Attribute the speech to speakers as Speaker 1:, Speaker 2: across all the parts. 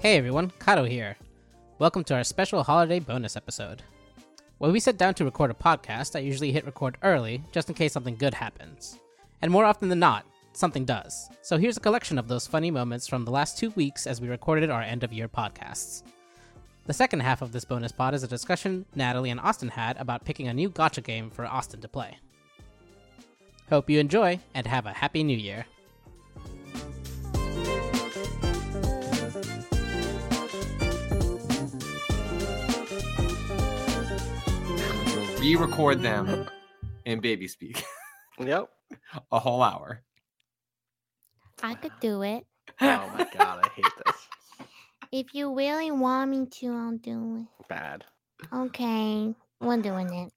Speaker 1: Hey everyone, Kato here. Welcome to our special holiday bonus episode. When we sit down to record a podcast, I usually hit record early just in case something good happens. And more often than not, something does. So here's a collection of those funny moments from the last two weeks as we recorded our end of year podcasts. The second half of this bonus pod is a discussion Natalie and Austin had about picking a new gotcha game for Austin to play. Hope you enjoy and have a happy new year.
Speaker 2: re-record them in baby speak
Speaker 3: Yep.
Speaker 2: a whole hour.
Speaker 4: I could do it.
Speaker 3: Oh my god, I hate this.
Speaker 4: If you really want me to, I'll do
Speaker 3: Bad.
Speaker 4: it. Okay, we're doing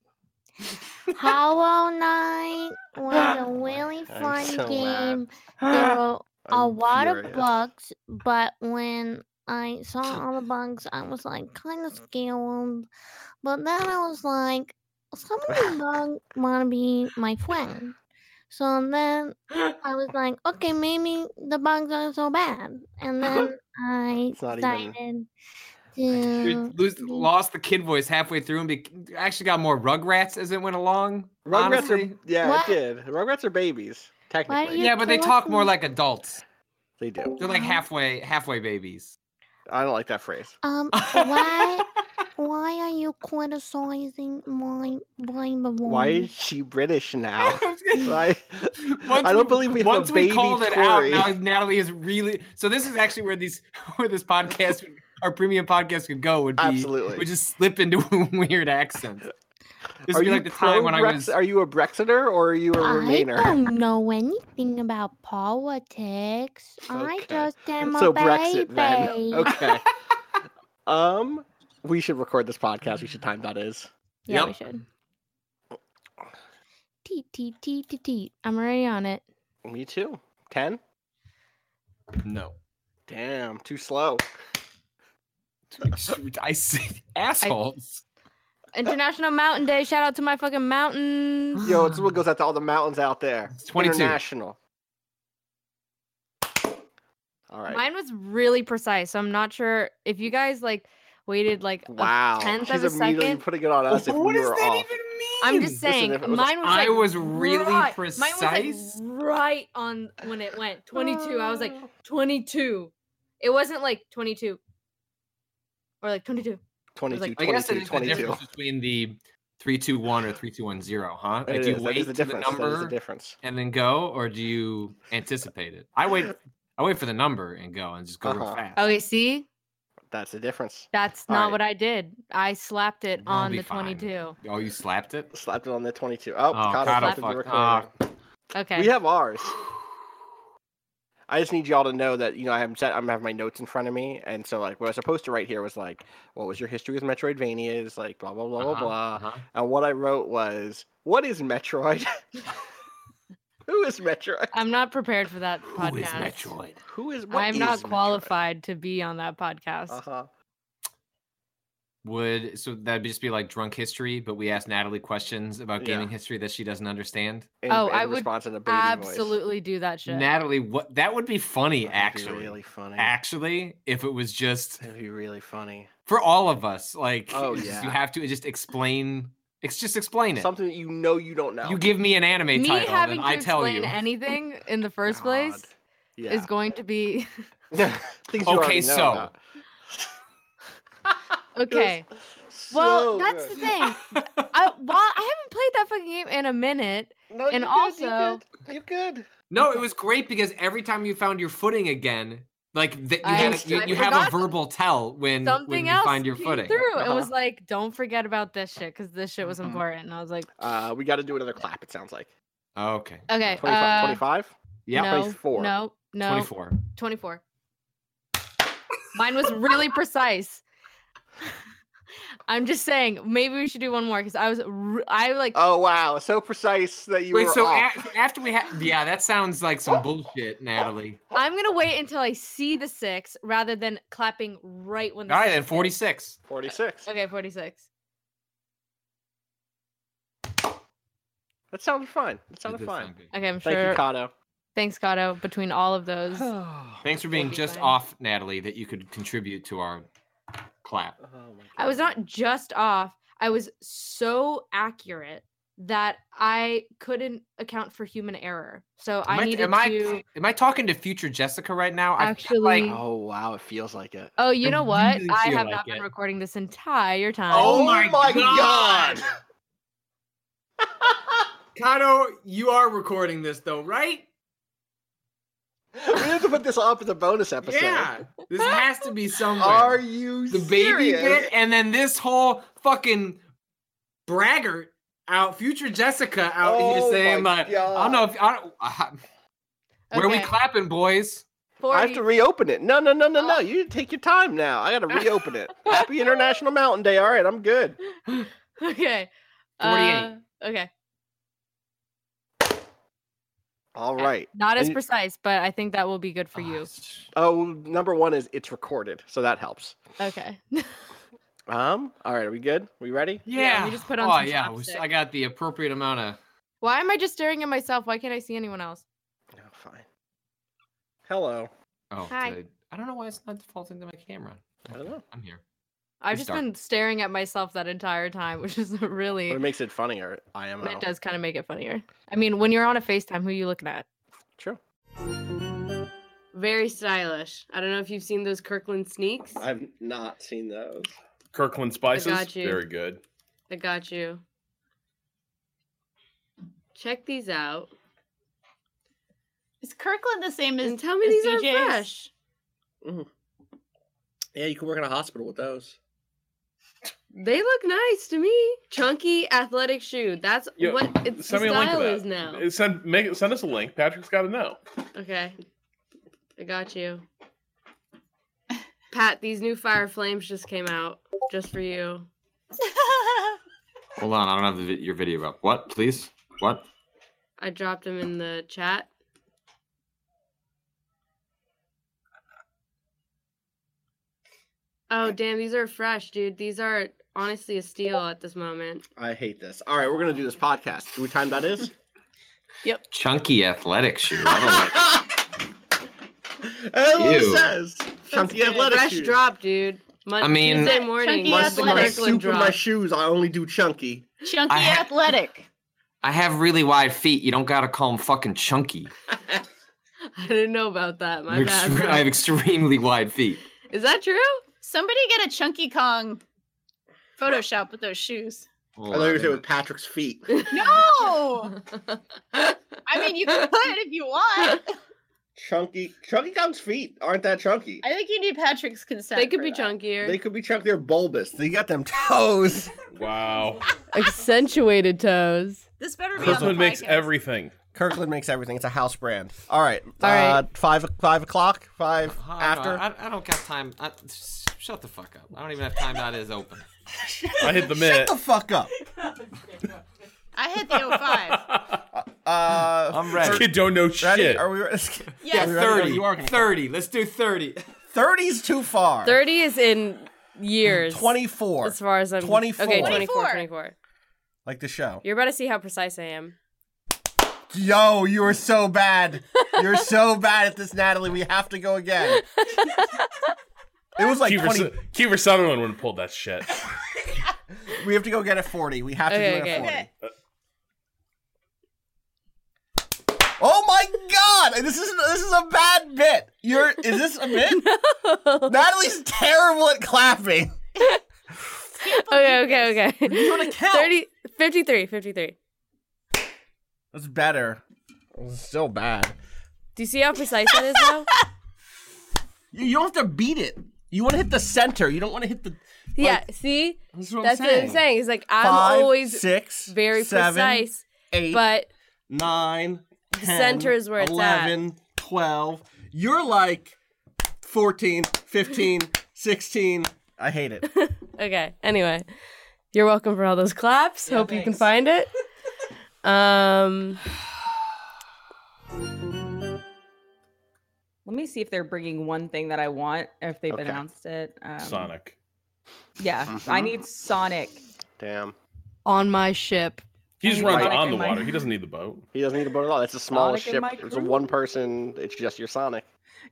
Speaker 4: it. Hollow Knight was a really
Speaker 3: I'm
Speaker 4: fun
Speaker 3: so mad.
Speaker 4: game. There were a
Speaker 3: I'm
Speaker 4: lot of
Speaker 3: furious.
Speaker 4: bugs, but when I saw all the bugs, I was like kind of scared. But then I was like, some of the bugs want to be my friend. So then I was like, okay, maybe the bugs aren't so bad. And then I
Speaker 3: It's not even-
Speaker 4: decided
Speaker 2: You
Speaker 4: to.
Speaker 2: lose, lost the kid voice halfway through and be, actually got more Rugrats as it went along.
Speaker 3: Rugrats
Speaker 2: honestly.
Speaker 3: are yeah,
Speaker 4: What?
Speaker 3: it did. Rugrats are babies,
Speaker 4: are
Speaker 3: technically.
Speaker 4: you-
Speaker 2: yeah, but they talk more
Speaker 4: talking-
Speaker 2: like adults.
Speaker 3: They do.
Speaker 2: They're like
Speaker 4: Wow.
Speaker 2: halfway halfway babies.
Speaker 3: I don't like that phrase.
Speaker 4: Um, why, why are you criticizing my blame of
Speaker 3: Why is
Speaker 2: Mm.
Speaker 3: she British now?
Speaker 2: once
Speaker 3: Why? I don't believe we have
Speaker 2: once
Speaker 3: a
Speaker 2: we
Speaker 3: baby
Speaker 2: called it
Speaker 3: Tory.
Speaker 2: out, now Natalie is really so. This is actually where these where this podcast, would- our premium podcast, could go. Would be
Speaker 3: Absolutely.
Speaker 2: would just slip into weird accents. This
Speaker 3: are
Speaker 2: would be
Speaker 3: you
Speaker 2: like the time when I
Speaker 3: pro-Brex-
Speaker 2: was
Speaker 3: Are you a Brexiter or are you a
Speaker 4: I
Speaker 3: Remainer?
Speaker 4: don't know anything about politics. I
Speaker 3: Okay.
Speaker 4: just am
Speaker 3: so
Speaker 4: a baby.
Speaker 3: Brexit then. Okay. um, we should record this podcast. We should time that is.
Speaker 4: Yeah, we
Speaker 2: Yep.
Speaker 4: should. Teet, teet, teet, teet, teet. I'm already on it.
Speaker 3: Me too. Ten.
Speaker 2: No.
Speaker 3: Damn, too slow.
Speaker 2: I see assholes.
Speaker 4: International Mountain Day. Shout out to my fucking mountains.
Speaker 3: Yo, this one goes out to all the mountains out there.
Speaker 2: It's 22.
Speaker 3: International. All right.
Speaker 5: Mine was really precise, so I'm not sure if you guys like waited like a
Speaker 3: wow.
Speaker 5: tenth
Speaker 3: She's
Speaker 5: of a
Speaker 3: immediately
Speaker 5: second.
Speaker 3: putting it on us if
Speaker 2: what
Speaker 3: we
Speaker 2: does
Speaker 3: were
Speaker 2: that
Speaker 3: off.
Speaker 2: even mean?
Speaker 5: I'm just
Speaker 3: Listen,
Speaker 5: saying,
Speaker 3: if it was-
Speaker 5: mine was.
Speaker 2: I
Speaker 5: like,
Speaker 2: was really
Speaker 5: right- Mine
Speaker 2: precise.
Speaker 5: was like, right on when it went 22. I was like
Speaker 3: Ah.
Speaker 5: 22. It wasn't like 22 or like 22.
Speaker 3: Twenty-two,
Speaker 5: like-
Speaker 2: I guess it is the
Speaker 3: 22, 22.
Speaker 2: difference between the three two one or three two one zero, huh?
Speaker 3: It
Speaker 2: do you
Speaker 3: is, that
Speaker 2: wait
Speaker 3: is the
Speaker 2: to the
Speaker 3: difference. That is the
Speaker 2: number
Speaker 3: difference.
Speaker 2: and then go, or do you anticipate it? I wait. I wait for the number and go, and just go real
Speaker 3: Uh-huh.
Speaker 2: fast.
Speaker 5: Okay, see,
Speaker 3: That's the difference.
Speaker 5: that's
Speaker 3: All
Speaker 5: not
Speaker 3: right.
Speaker 5: what I did. I slapped it
Speaker 2: That'll
Speaker 5: on
Speaker 2: be
Speaker 5: the
Speaker 2: fine.
Speaker 5: 22.
Speaker 2: Oh, you slapped it.
Speaker 3: Slapped it on the 22. Oh,
Speaker 2: Oh,
Speaker 3: caught
Speaker 2: Kyle
Speaker 3: us off the
Speaker 2: fucked up.
Speaker 3: recording.
Speaker 5: Okay,
Speaker 3: We have ours. I just need y'all to know that you know I have set, I'm having my notes in front of me, and so like what I was supposed to write here was like, what was your history with Metroidvanias, like blah blah blah blah
Speaker 2: Uh-huh,
Speaker 3: blah,
Speaker 2: uh-huh.
Speaker 3: and what I wrote was, what is Metroid? Who is Metroid?
Speaker 5: I'm not prepared for that podcast.
Speaker 2: Who is Metroid?
Speaker 3: Who is? What
Speaker 5: I'm not qualified to be on that podcast.
Speaker 3: Uh huh.
Speaker 2: Would so that'd just be like drunk history, but we ask Natalie questions about
Speaker 3: Yeah.
Speaker 2: gaming history that she doesn't understand.
Speaker 5: Oh, I would
Speaker 3: response in a baby voice.
Speaker 5: Absolutely do that shit.
Speaker 2: Natalie, what that would be funny
Speaker 3: That'd be
Speaker 2: actually.
Speaker 3: really funny.
Speaker 2: Actually, if it was just
Speaker 3: That'd be really funny.
Speaker 2: for all of us, like
Speaker 3: Oh,
Speaker 2: it's just-
Speaker 3: yeah.
Speaker 2: you have to just explain It's just explain it.
Speaker 3: Something that you know you don't know.
Speaker 2: You give me an anime
Speaker 6: Me
Speaker 2: title,
Speaker 6: having
Speaker 2: and
Speaker 6: to
Speaker 2: I tell
Speaker 6: explain
Speaker 2: you.
Speaker 6: anything in the first place
Speaker 3: God. yeah.
Speaker 6: is going to be
Speaker 3: Things you
Speaker 2: Okay,
Speaker 3: already know
Speaker 2: so.
Speaker 3: about.
Speaker 6: okay.
Speaker 3: so
Speaker 6: Well, that's
Speaker 3: good.
Speaker 6: the thing. I well, I haven't played that fucking game in a minute.
Speaker 3: No,
Speaker 6: and
Speaker 3: you
Speaker 6: also-
Speaker 3: good, you good. You good.
Speaker 2: no, it was great because every time you found your footing again, like th- you,
Speaker 6: I-
Speaker 2: had a, you,
Speaker 6: I
Speaker 2: you have a
Speaker 6: forgot
Speaker 2: verbal tell when, when
Speaker 6: Something
Speaker 2: you
Speaker 6: else
Speaker 2: find your
Speaker 6: came
Speaker 2: footing.
Speaker 6: through. It
Speaker 3: Uh-huh.
Speaker 6: was like, don't forget about this shit because this shit was
Speaker 2: Mhm.
Speaker 6: important. And I was like,
Speaker 3: Uh, we got to do another clap. It sounds like
Speaker 2: Okay.
Speaker 6: okay,
Speaker 3: 25,
Speaker 6: uh,
Speaker 3: 25?
Speaker 2: Yeah.
Speaker 6: no,
Speaker 3: 24.
Speaker 6: no, no,
Speaker 2: 24.
Speaker 6: 24. Mine was really precise. I'm just saying, maybe we should do one more because I was, r- I like,
Speaker 3: Oh wow, so precise that you
Speaker 2: Wait,
Speaker 3: were
Speaker 2: so
Speaker 3: off.
Speaker 2: a- after we have, yeah, that sounds like some bullshit, Natalie.
Speaker 6: I'm gonna wait until I see the six rather than clapping right when.
Speaker 2: All
Speaker 6: The
Speaker 2: right,
Speaker 6: six
Speaker 2: then
Speaker 6: hits.
Speaker 2: 46.
Speaker 3: 46.
Speaker 6: Okay, 46.
Speaker 3: That sounded fun. That
Speaker 2: That
Speaker 3: sounded
Speaker 2: does
Speaker 3: fun.
Speaker 2: sound good.
Speaker 6: Okay, I'm
Speaker 3: Thank
Speaker 6: sure.
Speaker 3: you, Kato.
Speaker 6: Thanks, Kato. Between all of those,
Speaker 3: oh
Speaker 2: Thanks for being
Speaker 6: be
Speaker 2: just
Speaker 6: fine.
Speaker 2: off, Natalie, that you could contribute to our clap.
Speaker 3: Oh, my God.
Speaker 6: I was not just off. I was so accurate that I couldn't account for human error. So
Speaker 2: Am
Speaker 6: I
Speaker 2: I,
Speaker 6: needed
Speaker 2: am,
Speaker 6: to
Speaker 2: I, am I talking to future Jessica right now? I feel
Speaker 6: actually-
Speaker 2: like,
Speaker 3: Oh wow, it feels like it.
Speaker 6: Oh, you
Speaker 2: I
Speaker 6: know what?
Speaker 2: really
Speaker 6: I
Speaker 2: feel
Speaker 6: have
Speaker 2: like
Speaker 6: not been
Speaker 2: it.
Speaker 6: recording this entire time.
Speaker 2: Oh my God. Kato, you are recording this though, right?
Speaker 3: we have to put this up as a bonus episode.
Speaker 2: Yeah. This has to be somewhere.
Speaker 3: Are you
Speaker 2: the baby
Speaker 3: serious?
Speaker 2: bit and then this whole fucking braggart out future Jessica out
Speaker 3: Oh
Speaker 2: here saying
Speaker 3: my
Speaker 2: like I don't know if I don't, uh, where we
Speaker 6: Okay,
Speaker 2: clapping boys.
Speaker 6: 40.
Speaker 3: I have to reopen it. No, no, no, no,
Speaker 6: Oh.
Speaker 3: no. You take your time now. I gotta reopen it. Happy International Mountain Day. All right, I'm good.
Speaker 6: okay.
Speaker 2: 48.
Speaker 6: Uh, okay.
Speaker 3: All right.
Speaker 6: Not as
Speaker 3: And-
Speaker 6: precise, but I think that will be good for
Speaker 2: Ah,
Speaker 6: you.
Speaker 2: sh-
Speaker 3: Oh, number one is it's recorded, so that helps.
Speaker 6: Okay.
Speaker 3: Um. All right, are we good? We ready?
Speaker 2: Yeah.
Speaker 6: we just put on
Speaker 2: oh
Speaker 6: some
Speaker 2: yeah, we s- I
Speaker 6: chapstick.
Speaker 2: got the appropriate amount of
Speaker 6: Why am I just staring at myself? Why can't I see anyone else?
Speaker 3: No, fine. Hello.
Speaker 2: oh
Speaker 7: Hi.
Speaker 2: did I- I don't know why it's not defaulting to my camera.
Speaker 3: I don't know.
Speaker 2: I'm here.
Speaker 6: I've
Speaker 2: It's
Speaker 6: just
Speaker 2: dark.
Speaker 6: been staring at myself that entire time, which is really
Speaker 3: What makes it funnier? I am.
Speaker 6: it does kind of make it funnier. I mean, when you're on a FaceTime, who are you looking at?
Speaker 3: True.
Speaker 8: Very stylish. I don't know if you've seen those Kirkland sneaks. I,
Speaker 3: I've not seen those.
Speaker 9: Kirkland spices,
Speaker 8: got you.
Speaker 9: very good.
Speaker 8: got you. Check these out
Speaker 10: Is Kirkland the same as?
Speaker 8: and tell me
Speaker 10: as
Speaker 8: these are
Speaker 10: DJs?
Speaker 8: fresh.
Speaker 3: Mm-hmm. Yeah, you can work in a hospital with those.
Speaker 8: They look nice to me. Chunky athletic shoe. That's
Speaker 9: Yo,
Speaker 8: what it's the
Speaker 9: send me a link to
Speaker 8: style
Speaker 9: that.
Speaker 8: is now.
Speaker 9: Uh, Send make send us a link. Patrick's got to know.
Speaker 8: Okay. I got you. Pat, these new fire flames just came out just for you.
Speaker 2: Hold on, I don't have the, vi- your video up. What, please? What?
Speaker 8: I dropped them in the chat. Oh damn, these are fresh, dude. These are honestly a steal at this moment.
Speaker 3: I hate this. All right, we're gonna do this podcast. Do we time that is?
Speaker 2: Chunky athletic shoe. I don't like
Speaker 3: Everyone
Speaker 2: Ew.
Speaker 3: says chunky
Speaker 10: good.
Speaker 3: athletic
Speaker 8: fresh
Speaker 3: shoes.
Speaker 8: drop, dude. Mon-
Speaker 2: I mean-
Speaker 8: Tuesday morning.
Speaker 10: Chunky
Speaker 3: Must
Speaker 10: athletic.
Speaker 3: my
Speaker 8: Kirkland
Speaker 3: soup in my
Speaker 8: drop.
Speaker 3: shoes. I only do chunky.
Speaker 10: Chunky
Speaker 2: I ha-
Speaker 10: athletic.
Speaker 2: I have really wide feet. You don't gotta call them fucking chunky.
Speaker 8: I didn't know about that. My
Speaker 2: They're extre- I
Speaker 8: bad.
Speaker 2: have extremely wide feet.
Speaker 8: Is that true?
Speaker 10: Somebody get a Chunky Kong Photoshop with those shoes.
Speaker 3: I thought you were gonna say with Patrick's feet.
Speaker 10: No! I mean, you can put it if you want.
Speaker 3: Chunky, chunky Kong's feet aren't that chunky.
Speaker 10: I think you need Patrick's consent.
Speaker 8: they could
Speaker 10: for
Speaker 8: be
Speaker 10: that.
Speaker 8: chunkier.
Speaker 3: They could be chunky. They're bulbous. They got them toes.
Speaker 9: Wow.
Speaker 6: Accentuated toes.
Speaker 10: This better be on the
Speaker 9: Kirkland makes
Speaker 10: podcast.
Speaker 9: everything.
Speaker 3: Kirkland makes everything. It's a house brand. All right.
Speaker 6: All right.
Speaker 3: Uh, five five o'clock. Five
Speaker 2: Hold on,
Speaker 3: after.
Speaker 2: I, I don't got time. I, sh- shut the fuck up. I don't even have time. That is open.
Speaker 9: I hit the
Speaker 3: Shut
Speaker 9: minute.
Speaker 3: the fuck up.
Speaker 10: I hit the 05.
Speaker 3: Uh,
Speaker 2: I'm ready.
Speaker 9: Kid don't know
Speaker 3: ready?
Speaker 9: shit.
Speaker 3: Are we ready?
Speaker 2: Yeah,
Speaker 10: Yes.
Speaker 3: ready? Oh,
Speaker 2: 30.
Speaker 3: you are gonna-
Speaker 2: 30. Let's do 30.
Speaker 3: 30's too far.
Speaker 6: 30 is in years.
Speaker 3: 24.
Speaker 6: As far as I'm
Speaker 3: 24.
Speaker 6: Okay, 24,
Speaker 10: 24.
Speaker 6: 24.
Speaker 3: Like the show.
Speaker 6: You're about to see how precise I am.
Speaker 3: Yo, you are so bad. You're so bad at this, Natalie. We have to go again. It was like
Speaker 9: Kiefer,
Speaker 3: 20.
Speaker 9: Su- Kiefer Sutherland would have pulled that shit.
Speaker 3: We have to go get a 40. We have to
Speaker 6: Okay,
Speaker 3: do it
Speaker 6: okay.
Speaker 3: at 40.
Speaker 10: Okay.
Speaker 3: Oh my god! This is this is a bad bit. You're is this a bit? Natalie's terrible at clapping.
Speaker 6: okay, okay, okay.
Speaker 3: You wanna count?
Speaker 6: 30, 53, 53.
Speaker 3: That's better. So bad.
Speaker 6: Do you see how precise that is now?
Speaker 3: You, you don't have to beat it. You want to hit the center. You don't want to hit the.
Speaker 6: yeah, see?
Speaker 3: That's what
Speaker 6: That's
Speaker 3: I'm
Speaker 6: what
Speaker 3: saying.
Speaker 6: I'm saying. It's like I'm
Speaker 3: Five,
Speaker 6: always
Speaker 3: six,
Speaker 6: very
Speaker 3: seven,
Speaker 6: precise,
Speaker 3: eight,
Speaker 6: but
Speaker 3: nine, the
Speaker 6: center is where it's at.
Speaker 3: 11, 12. You're like 14, 15, 16. I hate it.
Speaker 6: okay. Anyway, you're welcome for all those claps. Hope you can
Speaker 1: thanks.
Speaker 6: find it. Um,
Speaker 11: Let me see if they're bringing one thing that I want, or if they've
Speaker 3: Okay.
Speaker 11: announced it. Um,
Speaker 9: Sonic.
Speaker 11: Yeah,
Speaker 3: Mm-hmm.
Speaker 11: I need Sonic.
Speaker 3: Damn.
Speaker 12: on my ship.
Speaker 9: He just
Speaker 11: need
Speaker 9: runs
Speaker 11: Sonic
Speaker 9: on
Speaker 11: in
Speaker 9: the
Speaker 11: my-
Speaker 9: water. He doesn't need the boat.
Speaker 3: He doesn't need a boat at all. That's the smallest
Speaker 11: Sonic in
Speaker 3: ship.
Speaker 11: my
Speaker 3: It's a
Speaker 11: crew?
Speaker 3: one person. It's just your Sonic.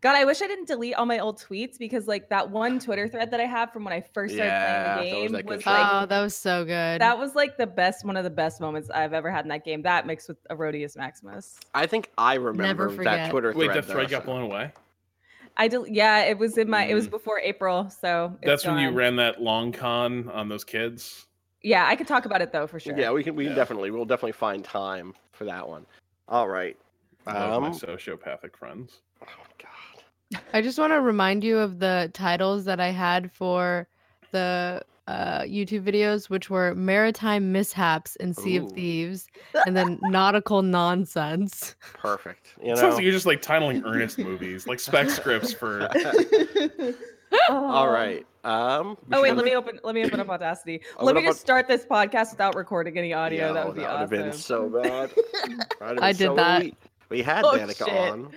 Speaker 11: God, I wish I didn't delete all my old tweets because like that one Twitter thread that I had from when I first started
Speaker 3: Yeah, that was
Speaker 11: playing the
Speaker 3: that
Speaker 11: game
Speaker 3: good
Speaker 11: was
Speaker 3: shit.
Speaker 11: like
Speaker 12: Oh, that was so good.
Speaker 11: that was like the best one of the best moments I've ever had in that game. That mixed with Erodius Maximus.
Speaker 3: I think I remember that
Speaker 12: forget.
Speaker 3: Twitter thread.
Speaker 9: Wait, that thread
Speaker 3: though,
Speaker 9: got
Speaker 3: so-
Speaker 9: blown away.
Speaker 11: I del- yeah, it was in my it was
Speaker 9: Mm.
Speaker 11: before April, so it's
Speaker 9: That's when you
Speaker 11: gone.
Speaker 9: ran that long con on those kids.
Speaker 11: Yeah, I could talk about it though for sure.
Speaker 3: Yeah, we can. We can
Speaker 9: Yeah.
Speaker 3: definitely. We'll definitely find time for that one. All right.
Speaker 9: I love my
Speaker 3: Um,
Speaker 9: sociopathic friends.
Speaker 3: oh God.
Speaker 12: I just want to remind you of the titles that I had for the uh, YouTube videos, which were Maritime Mishaps and Sea
Speaker 3: Ooh.
Speaker 12: of Thieves, and then Nautical Nonsense.
Speaker 3: Perfect. You
Speaker 9: It sounds
Speaker 3: know.
Speaker 9: like you're just like titling earnest movies, like spec scripts for.
Speaker 3: All right. Um. we
Speaker 11: Oh
Speaker 3: should
Speaker 11: wait,
Speaker 3: have-
Speaker 11: let me open let me open up Audacity.
Speaker 3: Open
Speaker 11: Let me
Speaker 3: up
Speaker 11: just start this podcast without recording any audio.
Speaker 3: Yo,
Speaker 11: that would be
Speaker 3: oh, would've
Speaker 11: awesome.
Speaker 3: been so bad. That'd have
Speaker 12: I
Speaker 3: been
Speaker 12: did
Speaker 3: so
Speaker 12: that.
Speaker 3: elite. We had
Speaker 11: Oh,
Speaker 3: Danica
Speaker 11: shit.
Speaker 3: on.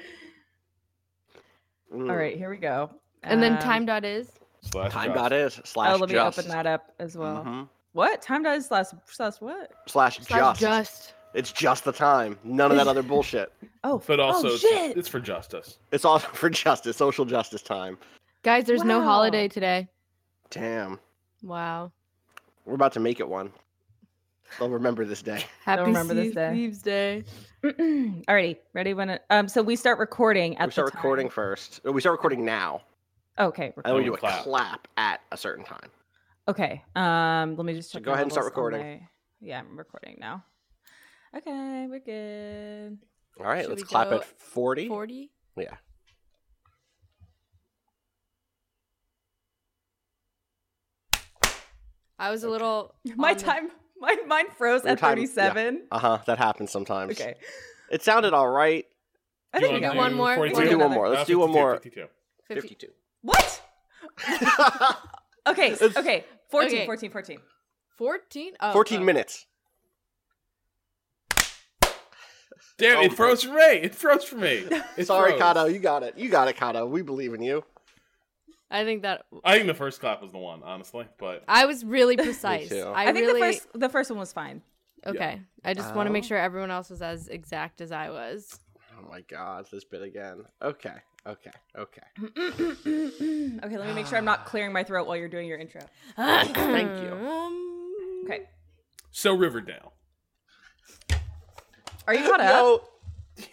Speaker 3: Mm.
Speaker 11: All right, here we go.
Speaker 12: And then
Speaker 11: Um,
Speaker 12: Time Dot Is.
Speaker 9: slash
Speaker 3: Time
Speaker 9: jobs.
Speaker 3: dot is slash.
Speaker 11: Oh, let me
Speaker 3: just.
Speaker 11: open that up as well.
Speaker 3: Mhm.
Speaker 11: What time does slash slash what?
Speaker 3: Slash
Speaker 12: Slash
Speaker 3: just.
Speaker 12: Just.
Speaker 3: It's just the time. None of that other bullshit.
Speaker 11: Oh,
Speaker 9: But also,
Speaker 11: oh,
Speaker 9: it's,
Speaker 11: shit.
Speaker 9: it's for justice.
Speaker 3: It's all for justice, social justice time.
Speaker 12: Guys, there's no
Speaker 11: Wow.
Speaker 12: holiday today.
Speaker 3: Damn.
Speaker 12: Wow.
Speaker 3: We're about to make it one. They'll remember this day.
Speaker 12: Happy
Speaker 11: remember this
Speaker 12: Sea of
Speaker 11: day.
Speaker 12: Thieves Day.
Speaker 11: Alrighty, ready when it, um so we start recording at
Speaker 3: we start
Speaker 11: the time.
Speaker 3: recording first. We start recording now.
Speaker 11: Okay,
Speaker 3: And then we
Speaker 9: Oh,
Speaker 3: do a clap.
Speaker 9: clap.
Speaker 3: at a certain time.
Speaker 11: Okay. Um, let me just
Speaker 3: So
Speaker 11: check
Speaker 3: go
Speaker 11: my
Speaker 3: ahead and start
Speaker 11: levels on
Speaker 3: recording.
Speaker 11: my- Yeah, I'm recording now. Okay, we're good.
Speaker 3: All right,
Speaker 6: Should
Speaker 3: let's
Speaker 6: we
Speaker 3: clap
Speaker 6: go
Speaker 3: at 40.
Speaker 6: 40.
Speaker 3: Yeah.
Speaker 6: I was a little.
Speaker 11: My
Speaker 6: on the-
Speaker 11: time, my mine froze
Speaker 3: Your
Speaker 11: at
Speaker 3: time- yeah.
Speaker 11: 37.
Speaker 3: Uh huh. That happens sometimes.
Speaker 11: Okay,
Speaker 3: It sounded all right.
Speaker 11: I
Speaker 9: Do
Speaker 11: think we
Speaker 9: you
Speaker 11: got
Speaker 9: wanna
Speaker 11: one.
Speaker 9: do
Speaker 6: more,
Speaker 9: 42?
Speaker 3: We can do one
Speaker 11: another-
Speaker 3: more.
Speaker 9: Uh,
Speaker 3: Let's do one
Speaker 9: 52,
Speaker 3: more.
Speaker 9: 52.
Speaker 6: 50.
Speaker 3: 52.
Speaker 11: What? Okay, s- okay, 14,
Speaker 12: Okay.
Speaker 11: 14, 14.
Speaker 12: 14? Oh,
Speaker 3: 14
Speaker 12: oh.
Speaker 3: minutes.
Speaker 9: Damn, it
Speaker 3: Oh.
Speaker 9: froze for me. It froze for me. It
Speaker 3: Sorry,
Speaker 9: froze.
Speaker 3: Kato. You got it. You got it, Kato. We believe in you.
Speaker 6: I think that.
Speaker 9: I think the first clap was the one, honestly. But
Speaker 6: I was really precise.
Speaker 3: too.
Speaker 6: I,
Speaker 11: I, think
Speaker 6: really.
Speaker 11: the first the first one was fine.
Speaker 6: Okay. I just want to make
Speaker 3: Oh.
Speaker 6: sure everyone else was as exact as I was.
Speaker 3: Oh my God, this bit again. Okay. Okay. Okay.
Speaker 11: okay, let me make sure I'm not clearing my throat while you're doing your intro.
Speaker 3: Thank you.
Speaker 6: Um,
Speaker 11: Okay,
Speaker 9: so Riverdale.
Speaker 11: are you caught up?
Speaker 3: No,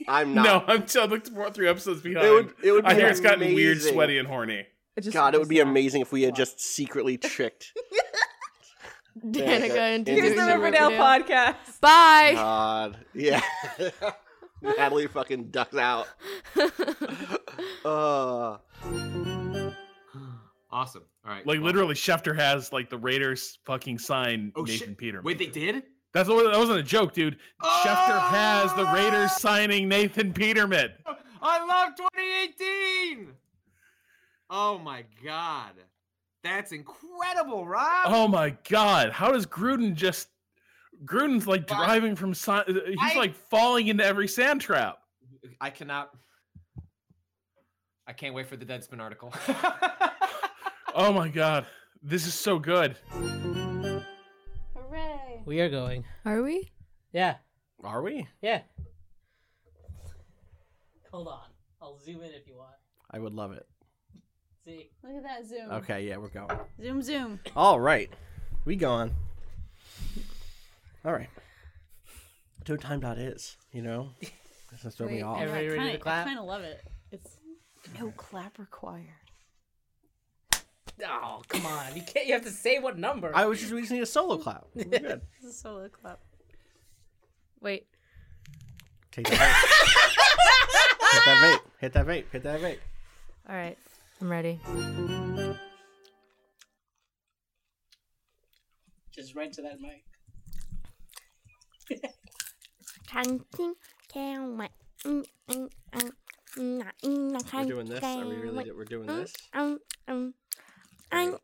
Speaker 3: I'm not.
Speaker 9: No, I'm still like four, three episodes behind.
Speaker 3: It would, it would be
Speaker 9: I hear it's gotten weird,
Speaker 3: amazing.
Speaker 9: sweaty, and horny.
Speaker 11: It just-
Speaker 3: God, it
Speaker 11: just
Speaker 3: would be
Speaker 11: now.
Speaker 3: amazing if we had just secretly tricked.
Speaker 12: Danica and
Speaker 3: Here's
Speaker 11: Here's
Speaker 3: Doing
Speaker 11: the
Speaker 3: the
Speaker 11: Riverdale
Speaker 3: Riverdale.
Speaker 11: podcast.
Speaker 12: Bye.
Speaker 3: God, yeah. Natalie fucking ducks out. Uh,
Speaker 2: Awesome. All right.
Speaker 9: Like
Speaker 2: well-
Speaker 9: literally, Schefter has like the Raiders fucking sign
Speaker 2: Oh
Speaker 9: Nathan
Speaker 2: shit.
Speaker 9: Peterman.
Speaker 2: Wait, they did?
Speaker 9: That's what, that wasn't a joke, dude. Schefter has
Speaker 2: Oh!
Speaker 9: the Raiders signing Nathan Peterman.
Speaker 2: I love 2018. Oh my god. That's incredible, Rob.
Speaker 9: Oh my god, how does Gruden just? Gruden's like
Speaker 2: Why-
Speaker 9: driving from sand. He's
Speaker 2: Why-
Speaker 9: like falling into every sand trap.
Speaker 2: I cannot I can't wait for the Deadspin article.
Speaker 9: Oh my god, this is so good.
Speaker 1: We are going.
Speaker 12: Are we?
Speaker 1: Yeah.
Speaker 3: are we?
Speaker 1: Yeah. Hold on. I'll zoom in if you want.
Speaker 3: I would love it.
Speaker 1: See.
Speaker 10: Look at that zoom.
Speaker 3: Okay, yeah, we're going.
Speaker 10: Zoom, zoom.
Speaker 3: All right, we going. All right. Toe time dot is, you know? This has thrown me off.
Speaker 1: Everybody ready to clap?
Speaker 10: kind of love it. It's no clap required.
Speaker 1: Oh, come on. You can't. You have to say what number.
Speaker 3: I was just we just need a solo clap. We're good.
Speaker 10: This is a solo clap.
Speaker 6: Wait.
Speaker 3: Take that vape. Hit that vape. Hit that vape. Hit that vape.
Speaker 6: All right. I'm ready.
Speaker 1: Just right to that mic.
Speaker 12: mm, We're
Speaker 3: doing this? Are we really do- we're doing this?
Speaker 12: Um, um, I'm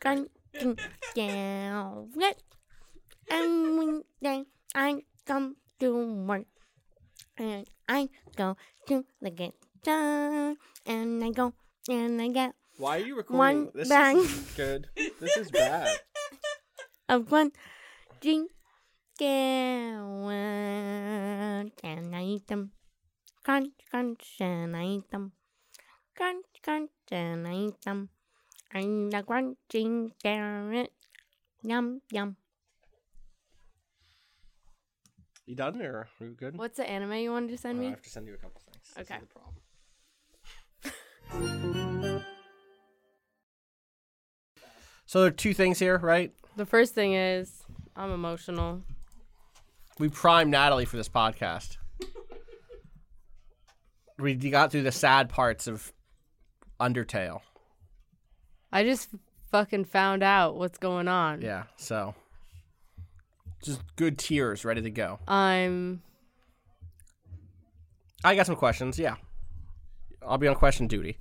Speaker 12: going to do it. And one day I come to work. And I go to the guitar. And I go and I get
Speaker 3: Why are you recording?
Speaker 12: One
Speaker 3: this
Speaker 12: bang.
Speaker 3: is good. This is bad.
Speaker 12: of one drink uh, and I eat them. Crunch, crunch, and I eat them. Crunch, crunch, and I eat them. And the crunching carrot. Yum, yum.
Speaker 3: You done or are we good?
Speaker 13: What's the anime you wanted to send
Speaker 3: Uh, I
Speaker 13: me?
Speaker 3: have to send you a couple things.
Speaker 13: Okay.
Speaker 3: So there are two things here, right?
Speaker 6: The first thing is I'm emotional.
Speaker 3: We primed Natalie for this podcast. we got through the sad parts of Undertale.
Speaker 6: I just fucking found out what's going
Speaker 13: Um,
Speaker 6: on.
Speaker 3: Yeah, so just good tears ready to go.
Speaker 6: I'm
Speaker 3: I got some questions. Yeah, I'll be on question duty.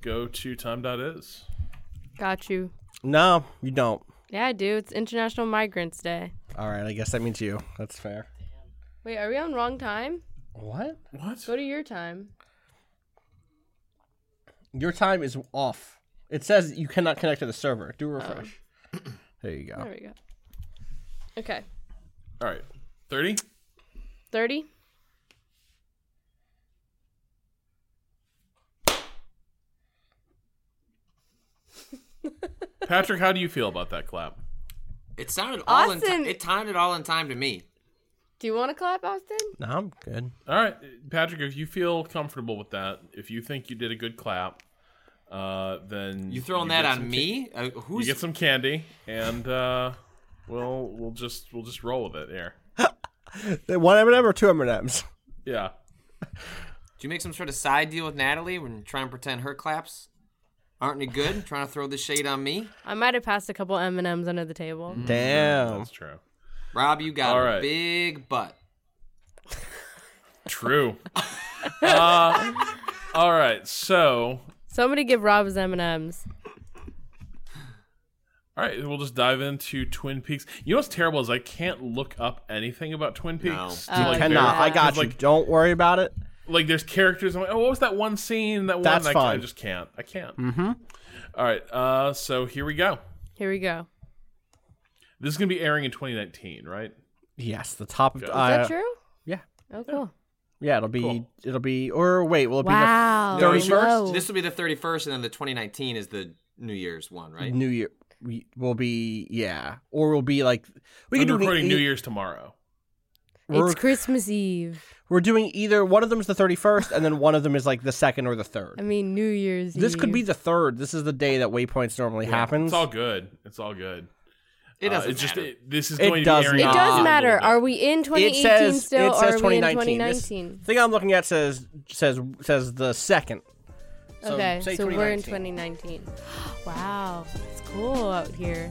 Speaker 9: Go to time dot is.
Speaker 6: got you.
Speaker 3: No, you don't.
Speaker 6: Yeah, I do. It's International Migrants Day.
Speaker 3: All right, I guess that means you. That's fair.
Speaker 6: Wait, are we on wrong time?
Speaker 3: What?
Speaker 9: What?
Speaker 6: Go to your time.
Speaker 3: Your time is off. It says you cannot connect to the server. Do a refresh. There you go.
Speaker 6: There we go. Okay.
Speaker 9: All right. 30?
Speaker 6: 30?
Speaker 9: Patrick, how do you feel about that clap?
Speaker 2: It sounded all in
Speaker 6: Austin-
Speaker 2: time. It timed it all in time to me.
Speaker 6: Do you want to clap, Austin?
Speaker 3: No, I'm good.
Speaker 9: All right, Patrick, if you feel comfortable with that, if you think you did a good clap, uh, then
Speaker 2: You throwing
Speaker 9: get
Speaker 2: that on
Speaker 9: some
Speaker 2: me? Uh,
Speaker 9: you
Speaker 2: who's-
Speaker 9: get some candy, and uh, we'll we'll just we'll just roll with it here.
Speaker 3: One M and M or two M and M's.
Speaker 9: Yeah.
Speaker 2: Do you make some sort of side deal with Natalie when you try and pretend her claps aren't any good? trying to throw the shade on me?
Speaker 6: I might have passed a couple M&Ms under the table.
Speaker 3: Damn.
Speaker 9: That's true.
Speaker 2: Rob, you got
Speaker 9: All
Speaker 2: a
Speaker 9: right.
Speaker 2: big butt.
Speaker 9: True. uh, all right. So,
Speaker 6: Somebody give Rob his M&Ms.
Speaker 9: all right, we'll just dive into Twin Peaks. You know what's terrible is I can't look up anything about Twin Peaks.
Speaker 6: You
Speaker 9: like,
Speaker 3: cannot.
Speaker 9: verify-
Speaker 3: I got you.
Speaker 9: like,
Speaker 3: Don't worry about it.
Speaker 9: Like there's characters. I'm like, oh, what was that one scene? That one.
Speaker 3: That's
Speaker 9: I, I
Speaker 3: fine.
Speaker 9: just can't. I can't.
Speaker 3: Mm-hmm.
Speaker 9: All right. Uh, so here we go.
Speaker 6: Here we go.
Speaker 9: This is gonna be airing in 2019, right?
Speaker 3: Yes, the top of.
Speaker 9: Is
Speaker 6: Is
Speaker 3: Uh,
Speaker 6: that true?
Speaker 3: yeah.
Speaker 6: Oh, cool.
Speaker 3: Yeah, it'll be.
Speaker 9: Cool.
Speaker 3: It'll be. Or wait, will it
Speaker 6: Wow.
Speaker 3: be the thirty
Speaker 6: Whoa.
Speaker 3: first?
Speaker 2: This will be the 31st, and then the 2019 is the New Year's one, right?
Speaker 3: New Year. We will be. Yeah, or we'll be like.
Speaker 9: I'm
Speaker 3: We can do an-
Speaker 9: recording New
Speaker 3: e-
Speaker 9: Year's tomorrow.
Speaker 3: We're,
Speaker 6: It's Christmas Eve.
Speaker 3: we're doing either one of them is the thirty first, and then one of them is like the second or the third.
Speaker 6: I mean, New Year's Eve.
Speaker 3: This could be the third. This is the day that waypoints normally happens.
Speaker 9: It's all good. It's all good.
Speaker 2: It
Speaker 9: Uh,
Speaker 2: doesn't
Speaker 9: it's just
Speaker 2: matter.
Speaker 9: it- this is
Speaker 3: It
Speaker 9: going
Speaker 3: does
Speaker 9: to be airing
Speaker 6: It
Speaker 3: not.
Speaker 9: out in
Speaker 6: does
Speaker 9: a
Speaker 6: matter.
Speaker 9: little bit.
Speaker 6: Are we in 2018
Speaker 3: it says
Speaker 6: still,
Speaker 3: it says
Speaker 6: or are we in
Speaker 3: 2019. This
Speaker 6: 2019?
Speaker 3: thing I'm looking at says says says the second. So
Speaker 6: okay,
Speaker 3: say
Speaker 6: so we're in
Speaker 3: 2019.
Speaker 6: 2019. wow, it's cool out here.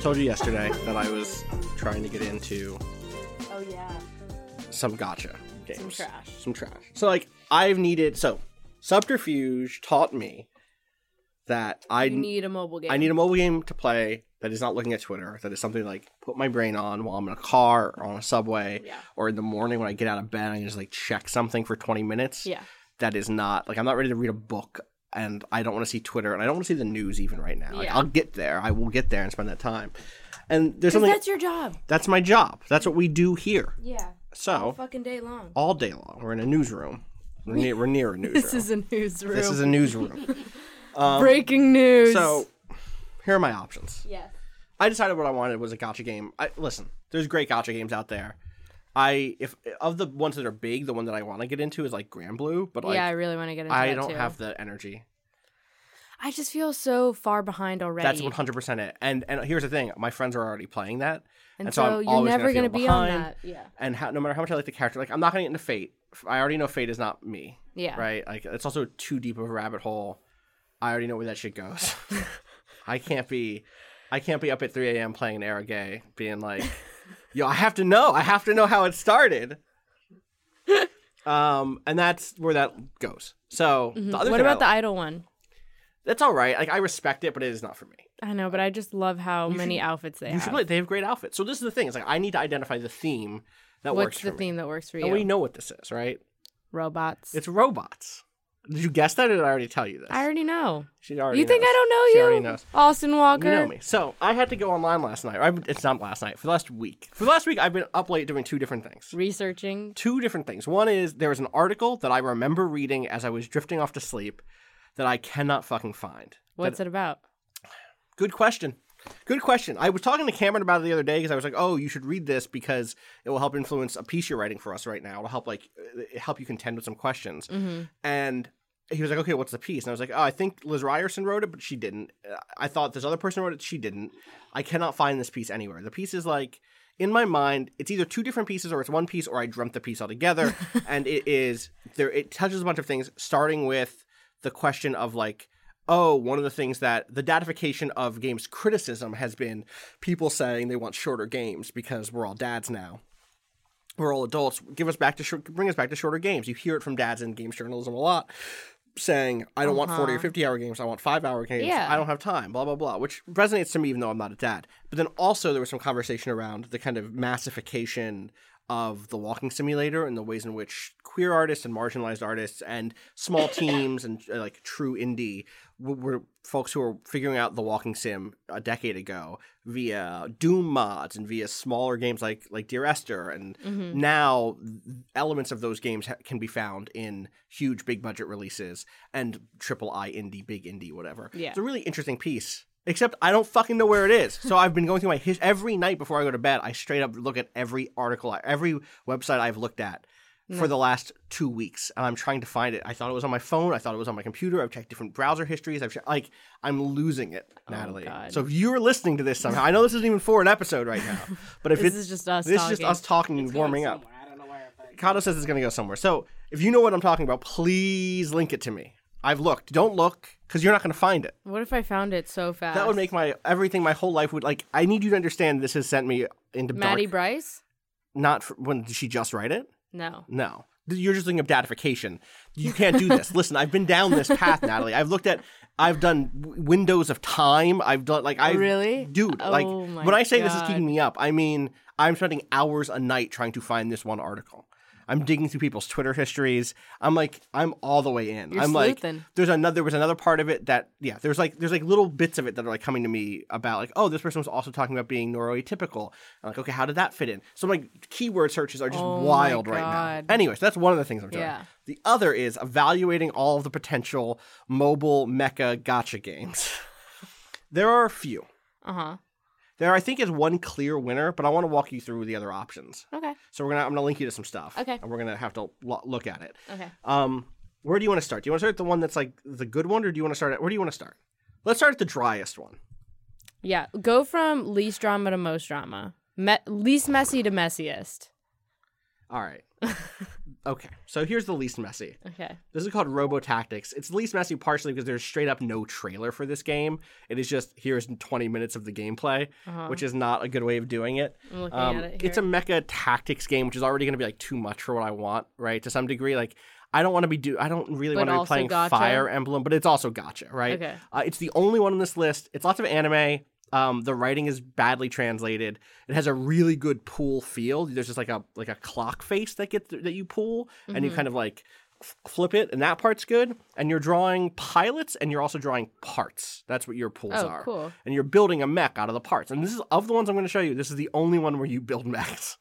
Speaker 3: told you yesterday that I was trying to get into
Speaker 10: Oh yeah.
Speaker 3: some gotcha games.
Speaker 10: trash.
Speaker 3: Some trash. So like I've needed so subterfuge taught me that I
Speaker 6: You need a mobile game.
Speaker 3: I need a mobile game to play that is not looking at Twitter, that is something to, like put my brain on while I'm in a car or on a subway or in the morning when I get out of bed I can just like check something for 20 minutes.
Speaker 6: Yeah.
Speaker 3: That is not like I'm not ready to read a book and I don't want to see Twitter and I don't want to see the news even right now. Like
Speaker 6: Yeah.
Speaker 3: I'll get there. I will get there and spend that time. And there's
Speaker 6: 'Cause
Speaker 3: something
Speaker 6: that's your job.
Speaker 3: That's my job. That's what we do here.
Speaker 6: Yeah.
Speaker 3: So
Speaker 6: All fucking day long.
Speaker 3: all day long. We're in a newsroom. We're near, we're near a newsroom.
Speaker 6: This is a newsroom.
Speaker 3: This is a newsroom. Um,
Speaker 6: Breaking news.
Speaker 3: So, here are my options.
Speaker 6: Yes.
Speaker 3: I decided what I wanted was a gotcha game. I, listen, there's great gotcha games out there. I if of the ones that are big, the one that I want to get into is like Grand Blue, but like
Speaker 6: yeah, I really want to get into
Speaker 3: I
Speaker 6: that
Speaker 3: don't
Speaker 6: too.
Speaker 3: have the energy.
Speaker 6: I just feel so far behind already.
Speaker 3: That's 100 percent it. And and here's the thing, my friends are already playing that,
Speaker 6: And,
Speaker 3: and
Speaker 6: so,
Speaker 3: I'm
Speaker 6: you're
Speaker 3: always
Speaker 6: never
Speaker 3: gonna,
Speaker 6: going to
Speaker 3: feel
Speaker 6: be on
Speaker 3: behind.
Speaker 6: that. Yeah.
Speaker 3: and how, no matter how much I like the character, like I'm not gonna get into Fate. I already know Fate is not me.
Speaker 6: Yeah.
Speaker 3: Right. Like it's also too deep of a rabbit hole. I already know where that shit goes. I can't be, I can't be up at 3 a.m. playing an Aragay, being like, yo, I have to know. I have to know how it started. um, and that's where that goes. So
Speaker 6: Mhm.
Speaker 3: the other
Speaker 6: What
Speaker 3: thing I
Speaker 6: about the
Speaker 3: like-
Speaker 6: idol one?
Speaker 3: That's all right. Like I respect it, but it is not for me.
Speaker 6: I know, but I just love how
Speaker 3: You
Speaker 6: many
Speaker 3: should-
Speaker 6: outfits they
Speaker 3: you
Speaker 6: have.
Speaker 3: should play. They have great outfits. So this is the thing. It's like I need to identify the theme that
Speaker 6: What's
Speaker 3: works.
Speaker 6: the
Speaker 3: for me.
Speaker 6: theme that works for
Speaker 3: And
Speaker 6: you?
Speaker 3: we know what this is, right?
Speaker 6: Robots.
Speaker 3: It's robots. Did you guess that, or did I already tell you this?
Speaker 6: I already know.
Speaker 3: She already.
Speaker 6: you think
Speaker 3: knows.
Speaker 6: I don't know
Speaker 3: She
Speaker 6: you?
Speaker 3: already knows.
Speaker 6: Austin Walker.
Speaker 3: You know me. So I had to go online last night. I, it's not last night. For the last week. For the last week, I've been up late doing two different things.
Speaker 6: Researching.
Speaker 3: Two different things. One is there was an article that I remember reading as I was drifting off to sleep, that I cannot fucking find.
Speaker 6: What's
Speaker 3: That-
Speaker 6: it about?
Speaker 3: Good question. Good question. I was talking to Cameron about it the other day because I was like, "Oh, you should read this because it will help influence a piece you're writing for us right now. It'll help like uh, help you contend with some questions."
Speaker 10: Mhm.
Speaker 3: And he was like, "Okay, what's the piece?" And I was like, "Oh, I think Liz Ryerson wrote it, but she didn't. Uh, I thought this other person wrote it, she didn't. I cannot find this piece anywhere. The piece is like." In my mind, it's either two different pieces, or it's one piece, or I dreamt the piece altogether. and it is there. It touches a bunch of things, starting with the question of like oh, one of the things that the datification of games criticism has been people saying they want shorter games because we're all dads now. We're all adults. Give us back to short, bring us back to shorter games. You hear it from dads in games journalism a lot, saying, "I don't want
Speaker 6: Uh-huh.
Speaker 3: forty or fifty hour games. I want five hour games.
Speaker 6: Yeah.
Speaker 3: I don't have time." Blah blah blah, which resonates to me even though I'm not a dad. But then also there was some conversation around the kind of massification of the walking simulator and the ways in which queer artists and marginalized artists and small teams and uh, like true indie w- were folks who were figuring out the walking sim a decade ago via doom mods and via smaller games like like dear esther and
Speaker 10: Mhm.
Speaker 3: now elements of those games ha- can be found in huge big budget releases and triple i indie big indie whatever
Speaker 10: Yeah.
Speaker 3: it's a really interesting piece except i don't fucking know where it is so i've been going through my his- every night before i go to bed i straight up look at every article I- every website i've looked at for
Speaker 10: No.
Speaker 3: the last two weeks and i'm trying to find it i thought it was on my phone i thought it was on my computer i've checked different browser histories i've che- like i'm losing it natalie
Speaker 6: God.
Speaker 3: so if you're listening to this somehow i know this isn't even for an episode right now but if
Speaker 6: This
Speaker 3: it-
Speaker 6: is just us
Speaker 3: this is just
Speaker 6: talking.
Speaker 3: us talking and warming up Kato says it's going to go somewhere. So if you know what I'm talking about, please link it to me. I've looked. Don't look because you're not going to find it.
Speaker 6: What if I found it so fast?
Speaker 3: That would make my everything, my whole life would like. I need you to understand this has sent me into
Speaker 6: Maddie
Speaker 3: dark.
Speaker 6: Bryce?
Speaker 3: Not for, when did she just write it?
Speaker 6: No.
Speaker 3: No. You're just looking up datification. You can't do this. Listen, I've been down this path, Natalie. I've looked at, I've done w- windows of time. I've done like I
Speaker 6: Really?
Speaker 3: dude. like
Speaker 6: Oh my
Speaker 3: when I say this is
Speaker 6: God.
Speaker 3: keeping me up, I mean I'm spending hours a night trying to find this one article. I'm digging through people's Twitter histories. I'm like, I'm all the way in.
Speaker 6: You're
Speaker 3: I'm
Speaker 6: sleuthing.
Speaker 3: like, there's another, there was another part of it that, yeah, there's like, there's like little bits of it that are like coming to me about like, oh, this person was also talking about being neuroatypical. I'm like, okay, how did that fit in? So like, keyword searches are just
Speaker 6: Oh my
Speaker 3: wild right
Speaker 6: God.
Speaker 3: now. Anyways, that's one of the things I'm doing.
Speaker 6: Yeah.
Speaker 3: The other is evaluating all of the potential mobile mecha gotcha games. there are a few.
Speaker 6: Uh huh.
Speaker 3: There, I think, is one clear winner, but I want to walk you through the other options.
Speaker 6: Okay.
Speaker 3: So we're gonna, I'm gonna link you to some stuff.
Speaker 6: Okay.
Speaker 3: And we're gonna have to lo- look at it.
Speaker 6: Okay.
Speaker 3: Um, where do you want to start? Do you want to start at the one that's like the good one, or do you want to start at where do you want to start? Let's start at the driest one.
Speaker 6: Yeah. Go from least drama to most drama. Me- least messy to messiest.
Speaker 3: All right. Okay, so here's the least messy.
Speaker 6: Okay.
Speaker 3: This is called Robo Tactics. It's the least messy partially because there's straight up no trailer for this game. It is just here's 20 minutes of the gameplay,
Speaker 6: Uh-huh.
Speaker 3: which is not a good way of doing it. Um,
Speaker 6: I'm looking at it
Speaker 3: It's a mecha tactics game, which is already going to be like too much for what I want, right? To some degree, like I don't want to be do I don't really want
Speaker 6: But
Speaker 3: to be
Speaker 6: also
Speaker 3: playing
Speaker 6: gotcha?
Speaker 3: Fire Emblem, but it's also gotcha, right?
Speaker 6: Okay.
Speaker 3: Uh, it's the only one on this list. It's lots of anime. Um, the writing is badly translated. It has a really good pull feel. There's just like a like a clock face that gets that you pull, and you
Speaker 6: Mhm.
Speaker 3: kind of like f- flip it, and that part's good. And you're drawing pilots, and you're also drawing parts. That's what your pulls
Speaker 6: Oh,
Speaker 3: are.
Speaker 6: cool.
Speaker 3: And you're building a mech out of the parts. And this is of the ones I'm going to show you. This is the only one where you build mechs.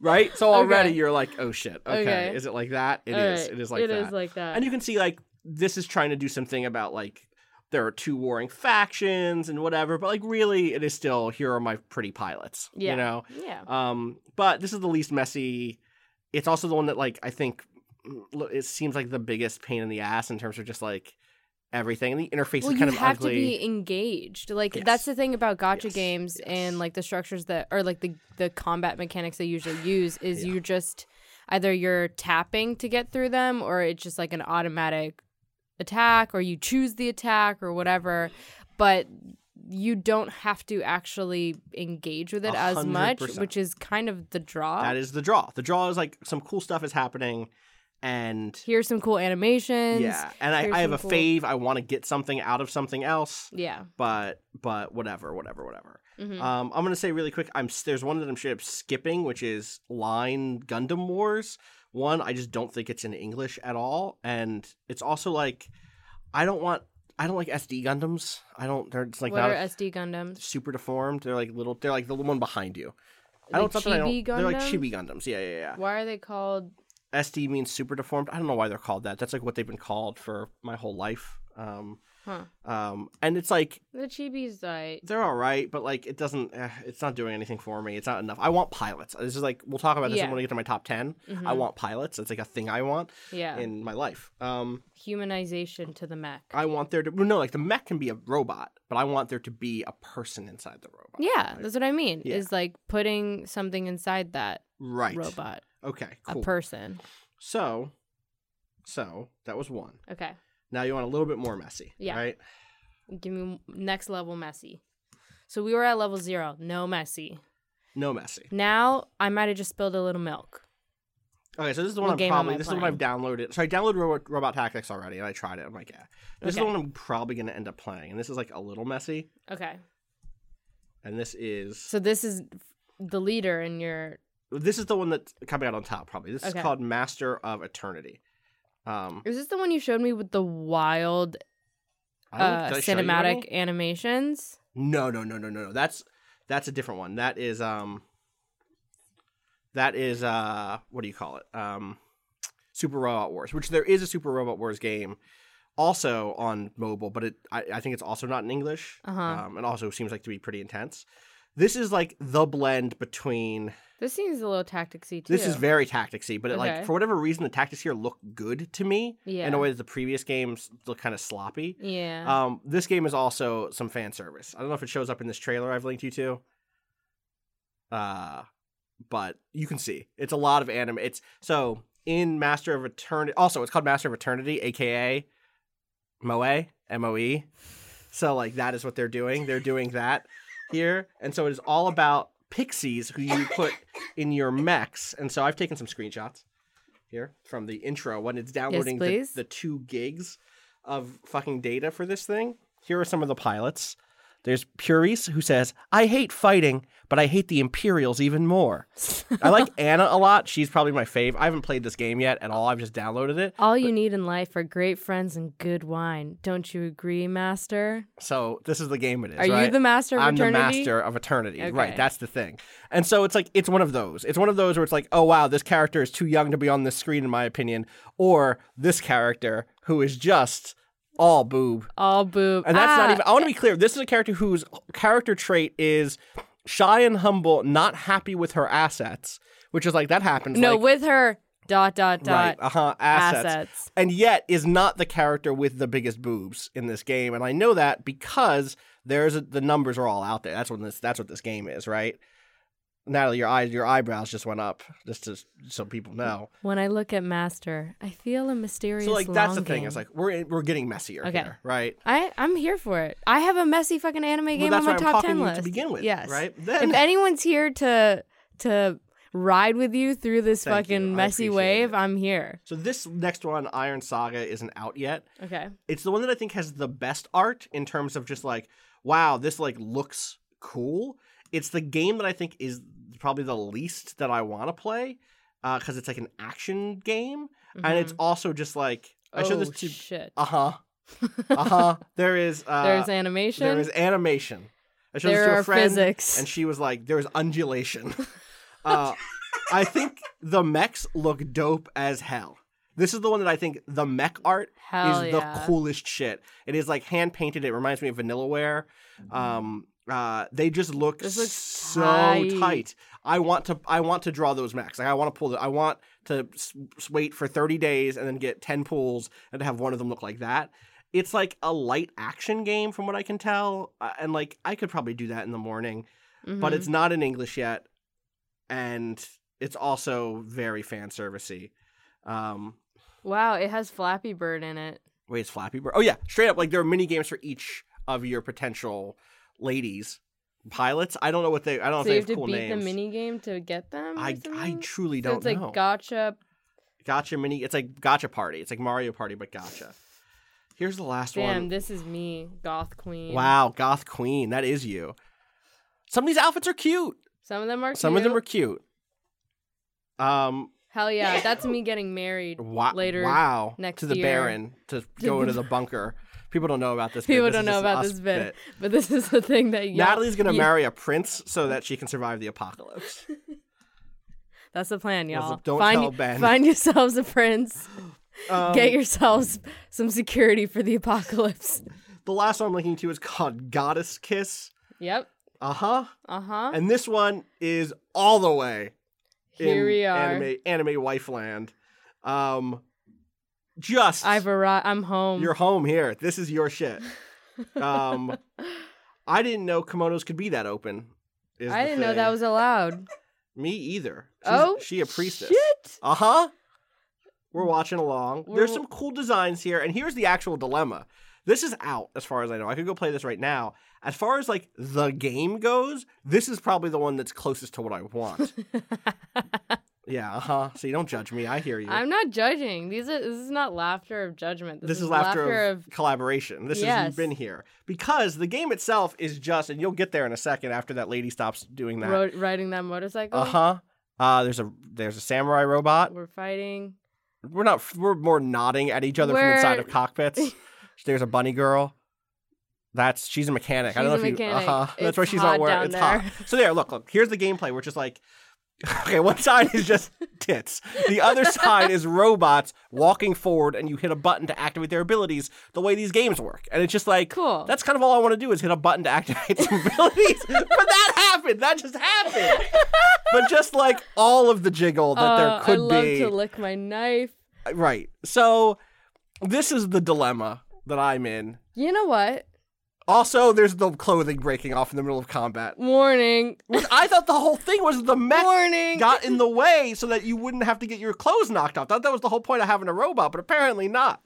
Speaker 3: right? So already
Speaker 6: Okay.
Speaker 3: you're like, oh shit. Okay.
Speaker 6: Okay.
Speaker 3: Is it like that? It is.
Speaker 6: All right.
Speaker 3: It is like
Speaker 6: It
Speaker 3: that.
Speaker 6: is like that.
Speaker 3: And you can see like this is trying to do something about like there are two warring factions and whatever, but like really it is still here are my pretty pilots.
Speaker 6: Yeah.
Speaker 3: You know?
Speaker 6: Yeah.
Speaker 3: Um but this is the least messy. It's also the one that like I think mm, lo- it seems like the biggest pain in the ass in terms of just like everything. And the interface
Speaker 6: well,
Speaker 3: is kind of
Speaker 6: you have
Speaker 3: ugly.
Speaker 6: to be engaged. Like that's the thing about gotcha games and like the structures that or like the the combat mechanics they usually use is you just either you're tapping to get through them or it's just like an automatic attack or you choose the attack or whatever, but you don't have to actually engage with it
Speaker 3: A
Speaker 6: as
Speaker 3: hundred
Speaker 6: much,
Speaker 3: percent.
Speaker 6: which is kind of the draw.
Speaker 3: That is the draw. The draw is like some cool stuff is happening and
Speaker 6: Here's some cool animations.
Speaker 3: yeah, and I,
Speaker 6: here's
Speaker 3: I have a
Speaker 6: some cool-
Speaker 3: fave. I want to get something out of something else.
Speaker 6: Yeah.
Speaker 3: But but whatever, whatever, whatever.
Speaker 6: Mhm.
Speaker 3: Um, I'm gonna say really quick. I'm s- there's one that I'm straight up skipping, which is Line Gundam Wars. One, I just don't think it's in English at all, and it's also like I don't want. I don't like SD Gundams. I don't. They're just like
Speaker 6: what
Speaker 3: not
Speaker 6: are
Speaker 3: a-
Speaker 6: SD Gundams?
Speaker 3: super deformed. They're like little. They're like the one behind you. I don't.
Speaker 6: Like
Speaker 3: something I don't.
Speaker 6: chibi
Speaker 3: They're like
Speaker 6: Gundams?
Speaker 3: chibi Gundams. Yeah, yeah, yeah.
Speaker 6: Why are they called
Speaker 3: SD means super deformed. I don't know why they're called that. That's like what they've been called for my whole life. Um,
Speaker 6: Huh.
Speaker 3: um, and it's like
Speaker 6: The chibi's like
Speaker 3: they're all right, but like it doesn't. eh, it's not doing anything for me. It's not enough. I want pilots. This is like we'll talk about this
Speaker 6: Yeah.
Speaker 3: when we get to my top 10 I
Speaker 6: Mhm.
Speaker 3: want pilots. It's like a thing I want.
Speaker 6: Yeah.
Speaker 3: In my life. Um,
Speaker 6: humanization to the mech.
Speaker 3: I want there to well, no like the mech can be a robot, but I want there to be a person inside the robot.
Speaker 6: Yeah, that's what I mean.
Speaker 3: Yeah.
Speaker 6: Is like putting something inside that
Speaker 3: Right.
Speaker 6: robot,
Speaker 3: Okay. Cool.
Speaker 6: a person.
Speaker 3: So, so that was one.
Speaker 6: Okay,
Speaker 3: Now you want a little bit more messy.
Speaker 6: Yeah.
Speaker 3: Right.
Speaker 6: give me next level messy. So we were at level zero, no messy.
Speaker 3: No messy.
Speaker 6: Now I might have just spilled a little milk.
Speaker 3: Okay, so this is the
Speaker 6: What
Speaker 3: one I'm
Speaker 6: game am
Speaker 3: probably
Speaker 6: I
Speaker 3: this is the one I've downloaded. So I downloaded Ro- Robot Tactics already, and I tried it. I'm like, yeah, this is the
Speaker 6: Okay.
Speaker 3: one I'm probably going to end up playing, and this is like a little messy,
Speaker 6: Okay,
Speaker 3: and this is
Speaker 6: so this is the leader in your.
Speaker 3: this is the one that's coming out on top probably. This
Speaker 6: Okay.
Speaker 3: is called Master of Eternity. Um,
Speaker 6: Is this the one you showed me with the wild
Speaker 3: I don't-
Speaker 6: uh,
Speaker 3: did I show you
Speaker 6: cinematic
Speaker 3: any?
Speaker 6: animations?
Speaker 3: no, no, no, no, no, no. That's that's a different one. That is um, that is uh, what do you call it? Um, Super Robot Wars, which there is a Super Robot Wars game. Also on mobile, but it I, I think it's also not in English.
Speaker 6: Uh-huh.
Speaker 3: Um, and also seems like to be pretty intense. This is like the blend between.
Speaker 6: This seems a little tacticsy too.
Speaker 3: This is very tacticsy, but it,
Speaker 6: Okay.
Speaker 3: like for whatever reason, the tactics here look good to me. In
Speaker 6: Yeah.
Speaker 3: a way that the previous games look kind of sloppy.
Speaker 6: Yeah.
Speaker 3: Um, this game is also some fan service. I don't know if it shows up in this trailer I've linked you to. Uh, but you can see it's a lot of anime. It's so in Master of Eternity. Also, it's called Master of Eternity, aka Moe, M O E. So like that is what they're doing. They're doing that here, and so it is all about pixies who you put in your mechs. And so I've taken some screenshots here from the intro when it's downloading the-
Speaker 6: please.
Speaker 3: the, two gigs of fucking data for this thing. Here are some of the pilots. There's Puris who says, "I hate fighting, but I hate the Imperials even more." I like Anna a lot. She's probably my fave. I haven't played this game yet at all. I've just downloaded it.
Speaker 6: All you need in life are great friends and good wine. Don't you agree, Master?
Speaker 3: So this is the game it is.
Speaker 6: Are you
Speaker 3: right?
Speaker 6: the master of
Speaker 3: I'm
Speaker 6: eternity?
Speaker 3: the master of eternity.
Speaker 6: Okay.
Speaker 3: Right. That's the thing. And so it's like it's one of those. It's one of those where it's like, oh wow, this character is too young to be on this screen, in my opinion, or this character who is just all boob.
Speaker 6: All boob.
Speaker 3: And that's not
Speaker 6: Ah,
Speaker 3: even. I want to be clear. This is a character whose character trait is shy and humble, not happy with her assets, which is like that happens.
Speaker 6: No,
Speaker 3: like,
Speaker 6: with her dot dot dot.
Speaker 3: Right. Uh huh. Assets. And yet is not the character with the biggest boobs in this game, and I know that because there's a, the numbers are all out there. That's when this. That's what this game is, right? Natalie, your eyes, your eyebrows just went up, just to, so people
Speaker 6: Mm,
Speaker 3: know.
Speaker 6: When I look at Master, I feel a mysterious.
Speaker 3: So like that's the
Speaker 6: longing.
Speaker 3: thing. It's like we're in, we're getting messier
Speaker 6: Okay.
Speaker 3: here, right?
Speaker 6: I I'm here for it. I have a messy fucking anime game
Speaker 3: that's
Speaker 6: on my
Speaker 3: why I'm
Speaker 6: top
Speaker 3: talking
Speaker 6: ten
Speaker 3: to you
Speaker 6: list
Speaker 3: to begin with,
Speaker 6: Yes,
Speaker 3: right? Then-
Speaker 6: if anyone's here to to ride with you through this
Speaker 3: Thank you.
Speaker 6: fucking
Speaker 3: I
Speaker 6: messy
Speaker 3: appreciate
Speaker 6: wave, I'm here.
Speaker 3: So this next one, Iron Saga, isn't out yet.
Speaker 6: Okay.
Speaker 3: It's the one that I think has the best art in terms of just like, wow, this like looks cool. It's the game that I think is probably the least that I want to play because it's like an action game, and it's
Speaker 6: Mhm.
Speaker 3: also just like I showed this
Speaker 6: Oh,
Speaker 3: to
Speaker 6: shit.
Speaker 3: Uh huh. Uh huh. There is. Uh,
Speaker 6: There's animation?
Speaker 3: There is animation. I showed this
Speaker 6: There
Speaker 3: to a
Speaker 6: are
Speaker 3: friend,
Speaker 6: physics.
Speaker 3: and she was like, "There is undulation." Uh, I think the mechs look dope as hell. This is the one that I think the mech art
Speaker 6: Hell
Speaker 3: is
Speaker 6: yeah.
Speaker 3: the coolest shit. It is like hand painted. It reminds me of Vanillaware. Um, uh, they just look
Speaker 6: This looks
Speaker 3: so
Speaker 6: tight.
Speaker 3: tight. I want to. I want to draw those mechs. Like I want to pull. The, I want to s- s- wait for thirty days and then get ten pulls and have one of them look like that. It's like a light action game, from what I can tell, uh, and like I could probably do that in the morning, but
Speaker 6: Mhm.
Speaker 3: it's not in English yet, and it's also very fan servicey. Um,
Speaker 6: Wow, it has Flappy Bird in it.
Speaker 3: Wait, it's Flappy Bird. Oh yeah, straight up. Like there are mini games for each of your potential ladies pilots. I don't know what they. I don't know
Speaker 6: so you
Speaker 3: if
Speaker 6: have
Speaker 3: they
Speaker 6: to
Speaker 3: have cool
Speaker 6: beat
Speaker 3: names.
Speaker 6: the mini game to get them. or
Speaker 3: I I
Speaker 6: something?
Speaker 3: truly
Speaker 6: So
Speaker 3: don't
Speaker 6: it's like
Speaker 3: know.
Speaker 6: gotcha.
Speaker 3: gotcha mini. It's like gotcha party. It's like Mario Party, but gotcha. Here's the last
Speaker 6: Damn,
Speaker 3: one.
Speaker 6: this is me, goth queen.
Speaker 3: Wow, Goth Queen, that is you. Some of these outfits are cute.
Speaker 6: Some of them are.
Speaker 3: Some of them are
Speaker 6: cute.
Speaker 3: cute. Um.
Speaker 6: Hell yeah, that's me getting married
Speaker 3: Wa-
Speaker 6: later.
Speaker 3: Wow.
Speaker 6: next
Speaker 3: to the
Speaker 6: year.
Speaker 3: Baron to go into the bunker. People don't know about this. bit.
Speaker 6: People
Speaker 3: This
Speaker 6: don't
Speaker 3: is
Speaker 6: know
Speaker 3: just
Speaker 6: about
Speaker 3: us
Speaker 6: this bit, but this is the thing that y'all-
Speaker 3: Natalie's gonna
Speaker 6: you-
Speaker 3: marry a prince so that she can survive the apocalypse.
Speaker 6: That's the plan,
Speaker 3: That's
Speaker 6: y'all.
Speaker 3: the- don't
Speaker 6: find,
Speaker 3: tell Ben.
Speaker 6: find yourselves a prince.
Speaker 3: Um,
Speaker 6: Get yourselves some security for the apocalypse.
Speaker 3: The last one I'm linking to is called Goddess Kiss.
Speaker 6: Yep.
Speaker 3: Uh huh.
Speaker 6: Uh huh.
Speaker 3: And this one is all the way
Speaker 6: Here
Speaker 3: in
Speaker 6: we are.
Speaker 3: anime anime wife land. Um, just
Speaker 6: I've arrived. I'm home.
Speaker 3: you're home here. This is your shit. Um, I didn't know kimonos could be that open. is
Speaker 6: I
Speaker 3: the
Speaker 6: didn't know
Speaker 3: thing.
Speaker 6: that was allowed.
Speaker 3: me either. She's,
Speaker 6: Oh,
Speaker 3: she a priestess. Uh huh. We're watching along. There's some cool designs here, and here's the actual dilemma. This is out as far as I know. I could go play this right now. As far as like the game goes, this is probably the one that's closest to what I want. yeah, uh huh. So you don't judge me. I hear you.
Speaker 6: I'm not judging. These are, this is not laughter of judgment. This,
Speaker 3: this, is, laughter,
Speaker 6: of,
Speaker 3: of, collaboration. This has
Speaker 6: Yes.
Speaker 3: been here because the game itself is just, and you'll get there in a second after that lady stops doing that.
Speaker 6: ro- riding that motorcycle.
Speaker 3: Uh huh. Uh, there's a there's a samurai robot.
Speaker 6: We're fighting.
Speaker 3: We're not. We're more nodding at each other from inside of
Speaker 6: We're-
Speaker 3: cockpits. There's a bunny girl. That's she's a mechanic. I
Speaker 6: She's
Speaker 3: don't know
Speaker 6: a
Speaker 3: if
Speaker 6: mechanic.
Speaker 3: you. Uh-huh. That's
Speaker 6: It's
Speaker 3: why she's
Speaker 6: hot
Speaker 3: not wearing.
Speaker 6: down
Speaker 3: It's hot. So there. Look. Look. Here's the gameplay. We're just like, okay. One side is just tits. The other side is robots walking forward, and you hit a button to activate their abilities. The way these games work, and it's just like, cool. That's kind of all I want to do is hit a button to activate some abilities. but that happened. That just happened. but just like all of the jiggle that
Speaker 6: Uh,
Speaker 3: there could
Speaker 6: I love
Speaker 3: be.
Speaker 6: to lick my knife.
Speaker 3: Right. So this is the dilemma that I'm in.
Speaker 6: You know what?
Speaker 3: Also, there's the clothing breaking off in the middle of combat.
Speaker 6: Warning.
Speaker 3: Which I thought the whole thing was the mech got in the way so that you wouldn't have to get your clothes knocked off. Thought that was the whole point of having a robot, but apparently not.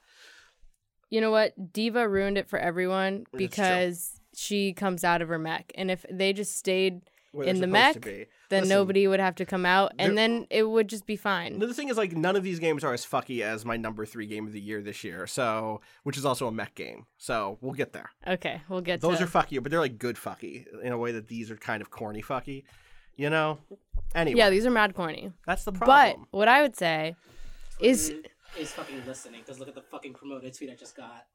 Speaker 6: You know what? Diva ruined it for everyone
Speaker 3: It's
Speaker 6: because she comes out of her mech, and if they just stayed
Speaker 3: Where they're
Speaker 6: in the
Speaker 3: supposed
Speaker 6: mech,
Speaker 3: to be.
Speaker 6: then
Speaker 3: Listen,
Speaker 6: nobody would have to come out, and
Speaker 3: there-
Speaker 6: then it would just be fine.
Speaker 3: The thing is, like, none of these games are as fucky as my number three game of the year this year. So, which is also a mech game. So we'll get there.
Speaker 6: Okay, we'll get
Speaker 3: Those
Speaker 6: to
Speaker 3: are fucky, but they're like good fucky in a way that these are kind of corny fucky. You know. Anyway.
Speaker 6: Yeah, these are mad corny.
Speaker 3: That's the
Speaker 1: problem.
Speaker 6: But what I would say is
Speaker 1: Is fucking listening because look at the fucking promoted tweet I just got.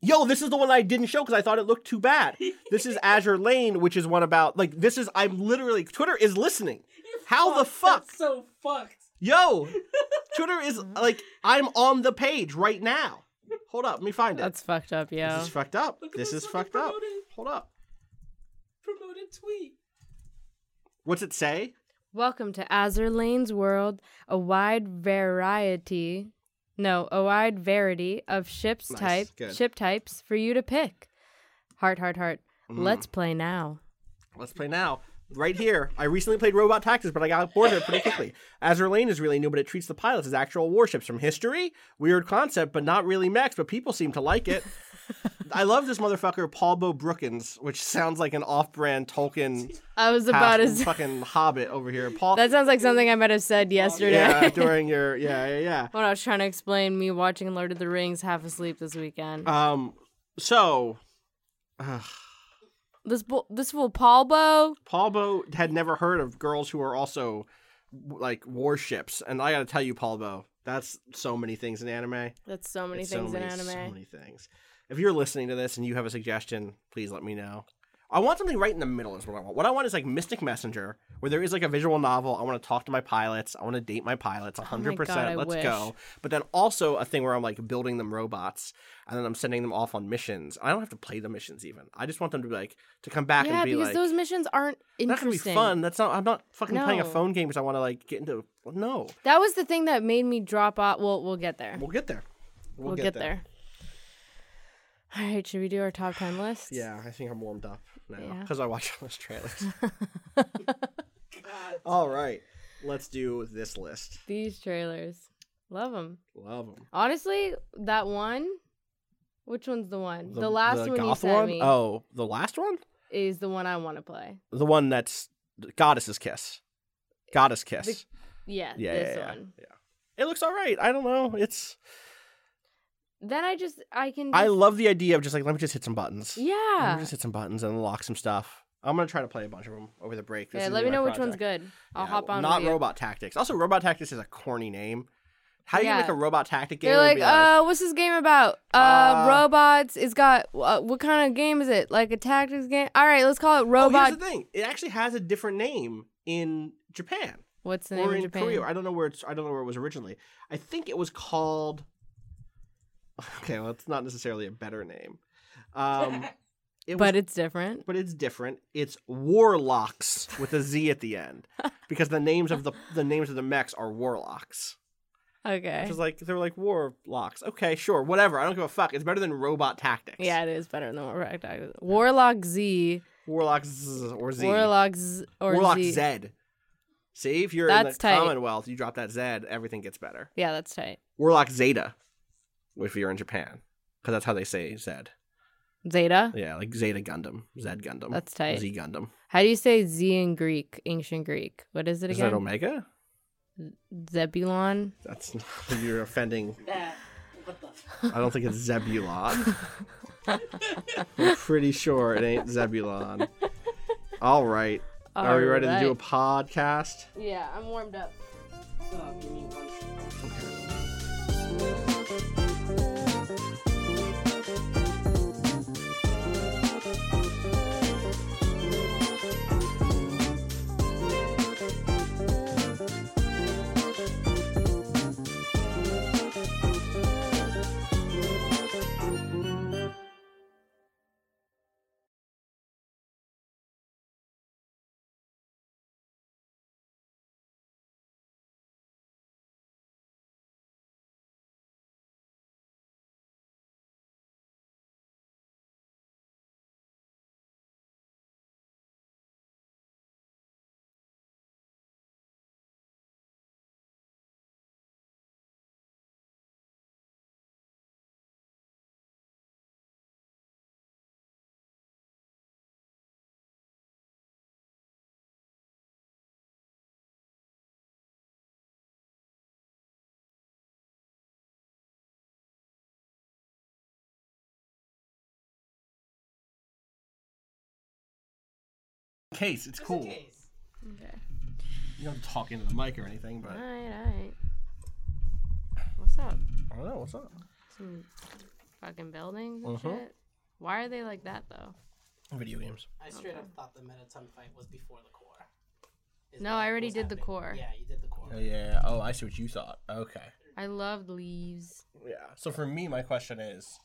Speaker 3: Yo, this is the one I didn't show because I thought it looked too bad. This is Azure Lane, which is one about like this is I'm literally Twitter is listening. How the fuck?
Speaker 1: so fucked.
Speaker 3: Yo, Twitter is like I'm on the page right now. Hold up, let me find it.
Speaker 6: That's fucked up, yo.
Speaker 3: This is fucked up. This is fucked up. Hold up.
Speaker 1: Promoted tweet.
Speaker 3: What's it say?
Speaker 6: Welcome to Azur Lane's world, a wide variety, no, a wide variety of ships
Speaker 12: Nice,
Speaker 6: type,
Speaker 12: good.
Speaker 6: ship types for you to pick. Heart, heart, heart.
Speaker 3: Mm.
Speaker 6: Let's play now.
Speaker 3: Let's play now. right here. I recently played Robot Taxes, but I got bored of it pretty quickly. Azure Lane is really new, but it treats the pilots as actual warships from history. Weird concept, but not really mechs, but people seem to like it. I love this motherfucker, Paul Bo Brookins, which sounds like an off-brand Tolkien.
Speaker 6: I was about
Speaker 3: half
Speaker 6: to say-
Speaker 3: fucking Hobbit over here, Paul.
Speaker 6: That sounds like something I might have said yesterday.
Speaker 3: yeah, during your yeah yeah yeah.
Speaker 6: when I was trying to explain me watching Lord of the Rings half asleep this weekend.
Speaker 3: Um, so uh,
Speaker 6: this bo- this fool Palbo.
Speaker 3: Palbo had never heard of girls who are also like warships, and I got to tell you, Palbo, that's so many things in anime.
Speaker 6: That's so many
Speaker 3: It's
Speaker 6: things in
Speaker 3: so
Speaker 6: anime.
Speaker 3: many things. If you're listening to this and you have a suggestion, please let me know. I want something right in the middle is what I want. What I want is like Mystic Messenger, where there is like a visual novel. I want to talk to my pilots. I want to date my
Speaker 6: Oh
Speaker 3: pilots 100%.
Speaker 14: God, I
Speaker 3: Let's
Speaker 14: wish.
Speaker 3: go. But then also a thing where I'm like building them robots and then I'm sending them off on missions. I don't have to play the missions even. I just want them to be like, to come back
Speaker 6: yeah,
Speaker 3: and be
Speaker 6: because
Speaker 3: like,
Speaker 6: those missions aren't
Speaker 3: that's going to
Speaker 6: interesting.
Speaker 3: be fun. That's not, I'm not fucking playing a
Speaker 6: No.
Speaker 3: phone game because I want to like get into, well, no.
Speaker 6: That was the thing that made me drop off. Well, we'll get there.
Speaker 3: We'll get there.
Speaker 6: We'll, get, there. All right, should we do our top ten list?
Speaker 3: Yeah, I think I'm warmed up now
Speaker 6: Yeah.
Speaker 3: because I watch all those trailers. all right, let's do this list.
Speaker 6: These trailers, love them.
Speaker 3: Love them.
Speaker 6: Uh, Honestly, that one. Which one's the one? The, last one you
Speaker 3: goth
Speaker 6: sent
Speaker 3: one?
Speaker 6: me
Speaker 3: Oh, the last one?
Speaker 6: is the one I want to play.
Speaker 3: The one that's Goddess's Kiss. Goddess Kiss.
Speaker 6: The- yeah,
Speaker 3: Yeah,
Speaker 6: this
Speaker 3: yeah, yeah.
Speaker 6: one.
Speaker 3: It looks all right. I don't know. It's.
Speaker 6: Then I just I can.
Speaker 3: I
Speaker 6: just-
Speaker 3: love the idea of just like let me just hit some buttons. Let
Speaker 6: Yeah.
Speaker 3: me just hit some buttons and unlock some stuff. I'm gonna try to play a bunch of them over the break. This
Speaker 6: Yeah,
Speaker 3: is
Speaker 6: let
Speaker 3: gonna
Speaker 6: me
Speaker 3: be
Speaker 6: know
Speaker 3: my
Speaker 6: which one's
Speaker 3: project.
Speaker 6: good. I'll
Speaker 3: Yeah,
Speaker 6: hop on.
Speaker 3: Not
Speaker 6: with you.
Speaker 3: Robot Tactics. Also, Robot Tactics is a corny name. How do you
Speaker 6: Yeah.
Speaker 3: make a robot tactic game?
Speaker 6: They're
Speaker 3: and
Speaker 6: like,
Speaker 3: be "Oh,
Speaker 6: uh, what's this game about? Uh,
Speaker 3: Uh,
Speaker 6: robots. It's got uh, what kind of game is it? Like a tactics game? All right, let's call it
Speaker 3: Oh,
Speaker 6: robot.
Speaker 3: here's the thing. It actually has a different name in Japan.
Speaker 6: What's the name
Speaker 3: or
Speaker 6: in
Speaker 3: in
Speaker 6: Japan?
Speaker 3: Korea. I don't know where it's I don't know where it was originally. I think it was called Okay, well it's not necessarily a better name. Um
Speaker 6: But it's different.
Speaker 3: But it's different. It's Warlocks with a Z at the end. Because the names of the the names of the mechs are warlocks.
Speaker 6: okay.
Speaker 3: Which is like they're like warlocks. Okay, sure, whatever. I don't give a fuck. It's better than robot tactics.
Speaker 6: yeah, it is better than Warlock. Tactics. Warlock Z.
Speaker 3: Warlock Z or Z.
Speaker 6: Warlock Z or
Speaker 3: Warlock
Speaker 6: Z.
Speaker 3: Zed. See, if you're in
Speaker 6: That's
Speaker 3: the
Speaker 6: tight.
Speaker 3: Commonwealth, you drop that Zed, everything gets better.
Speaker 6: Yeah, that's tight.
Speaker 3: Warlock Zeta, if you're in Japan, because that's how they say Zed.
Speaker 6: Zeta.
Speaker 3: Yeah, like Zeta Gundam, Zed Gundam.
Speaker 6: That's tight.
Speaker 3: Z Gundam.
Speaker 6: How do you say Z in Greek? Ancient Greek. What is it
Speaker 3: Is
Speaker 6: again?
Speaker 3: that Omega?
Speaker 6: Zebulon.
Speaker 3: That's you're offending. I don't think it's Zebulon. I'm pretty sure it ain't Zebulon. All right. Are we
Speaker 6: All
Speaker 3: ready to do a
Speaker 6: right.
Speaker 3: podcast?
Speaker 6: Yeah, I'm warmed up.
Speaker 3: Case, it's cool.
Speaker 6: Okay.
Speaker 3: You don't have to talk into the mic or anything,
Speaker 6: All
Speaker 3: but
Speaker 6: right, all right. What's up?
Speaker 3: I don't know what's up.
Speaker 6: Some fucking buildings and
Speaker 3: and Mhm.
Speaker 6: shit.
Speaker 3: shit?
Speaker 6: Why are they like that though?
Speaker 3: Video games.
Speaker 1: I straight up thought the Metaton fight was before the core.
Speaker 6: No, I already did the core.
Speaker 1: Yeah, you did the core.
Speaker 3: Oh, yeah. Oh, I see what you thought. Okay.
Speaker 6: I love leaves.
Speaker 3: Yeah. So for me, my question is,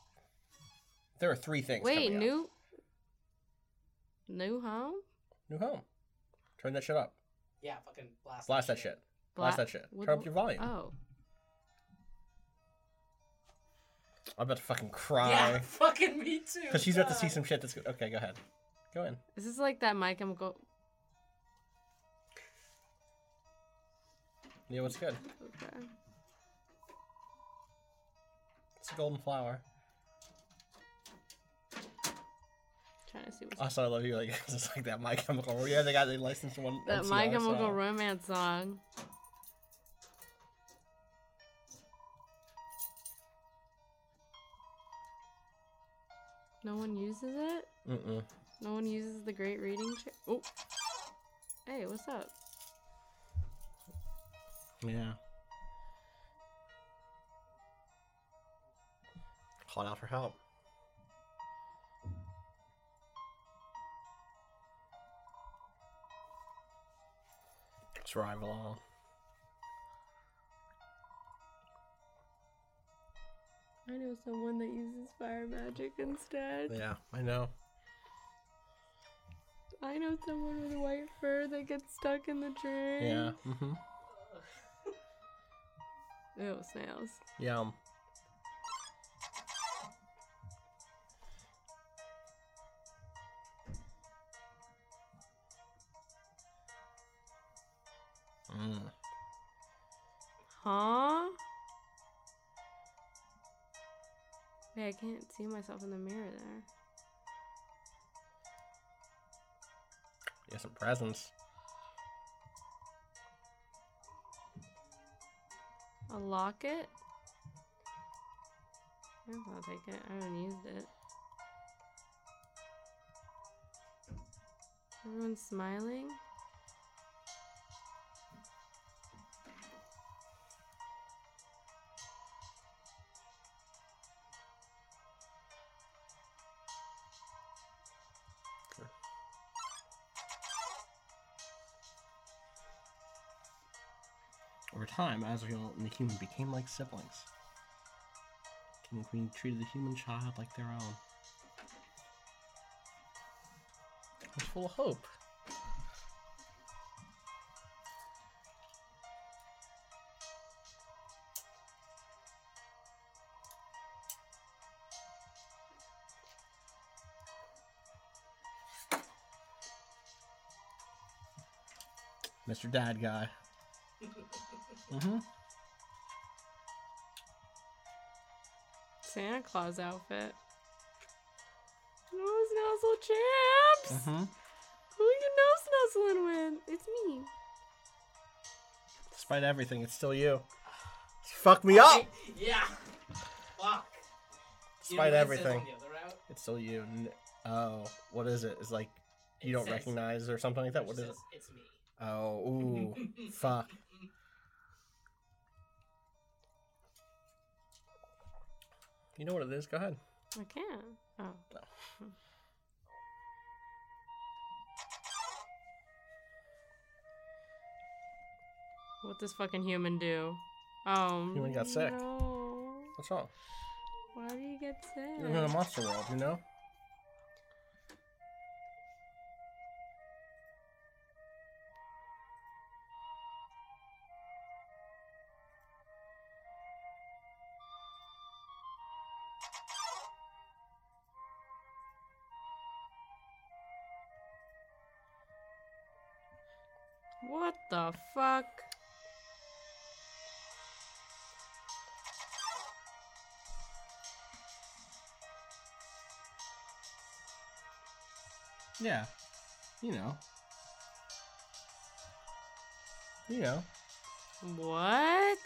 Speaker 3: there are three things.
Speaker 6: Wait,
Speaker 3: coming up.
Speaker 6: new new home?
Speaker 3: new home. Turn that shit up.
Speaker 1: Yeah, fucking blast.
Speaker 3: Blast that shit. Blast
Speaker 6: Bla-
Speaker 3: that shit.
Speaker 6: what
Speaker 3: Turn
Speaker 6: the-
Speaker 3: up your volume.
Speaker 6: Oh.
Speaker 3: I'm about to fucking cry.
Speaker 1: Yeah, fucking me too.
Speaker 3: Because she's about to see some shit that's good. Okay, go ahead. Go in.
Speaker 6: This is like that My Chemical
Speaker 1: Yeah, what's good?
Speaker 4: Okay.
Speaker 1: It's a golden flower.
Speaker 6: Trying to see what's
Speaker 1: Also, I love you. Like it's just like that My Chemical Romance. Yeah, they got they licensed one.
Speaker 6: that
Speaker 1: MCR
Speaker 6: My Chemical
Speaker 1: song.
Speaker 6: Romance song. No one uses it.
Speaker 1: Mm-mm.
Speaker 6: No one uses the Great Reading. Cha- oh, hey, what's up?
Speaker 1: Yeah.
Speaker 3: Called out for help.
Speaker 1: Survive along.
Speaker 6: I know someone that uses fire magic instead.
Speaker 3: Yeah, I know.
Speaker 6: I know someone with white fur that gets stuck in the drain.
Speaker 1: Yeah. Mm-hmm.
Speaker 6: Oh, snails.
Speaker 1: Yum. Mm.
Speaker 6: Huh? Wait, I can't see myself in the mirror there.
Speaker 1: Yeah, some presents.
Speaker 6: A locket? Yeah, I'll take it. I haven't used it. Everyone's smiling.
Speaker 3: Over time, Azrael and the human became like siblings. King and Queen treated the human child like their own. It was full of hope. Mr. Dad Guy. Mm-hmm.
Speaker 6: Santa Claus outfit. No snuzzle chaps!
Speaker 1: Mm-hmm.
Speaker 6: Who you know snuzzling with? It's me.
Speaker 3: Despite everything, it's still you. Fuck me up!
Speaker 1: Yeah. Fuck.
Speaker 3: Despite everything, it's still you. N- Oh, what is it? It's like you don't
Speaker 1: says-
Speaker 3: recognize or something like that. What is it?
Speaker 1: It's me.
Speaker 3: Oh, ooh, fuck. You know what it is? Go ahead.
Speaker 6: I can't. Oh. What does fucking human do? Oh.
Speaker 3: Human got sick.
Speaker 6: no.
Speaker 3: What's wrong?
Speaker 6: Why do you get sick?
Speaker 3: You're in a monster world, you know?
Speaker 6: What the fuck?
Speaker 3: Yeah. You know. You know.
Speaker 6: What?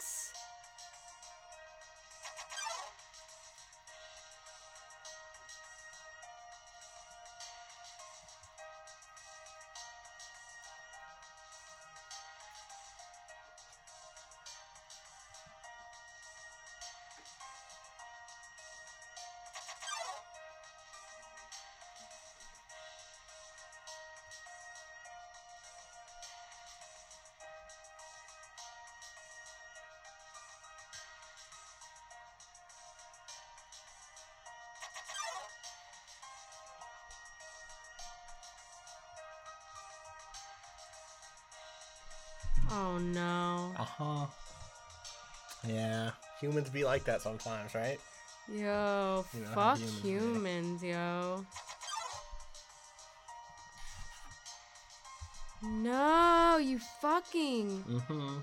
Speaker 6: Oh no.
Speaker 3: Uh huh. Yeah. Humans be like that sometimes, right?
Speaker 6: Yo,
Speaker 3: You know how
Speaker 6: fuck
Speaker 3: humans be.
Speaker 6: humans, yo. No, you fucking.
Speaker 3: Mm hmm.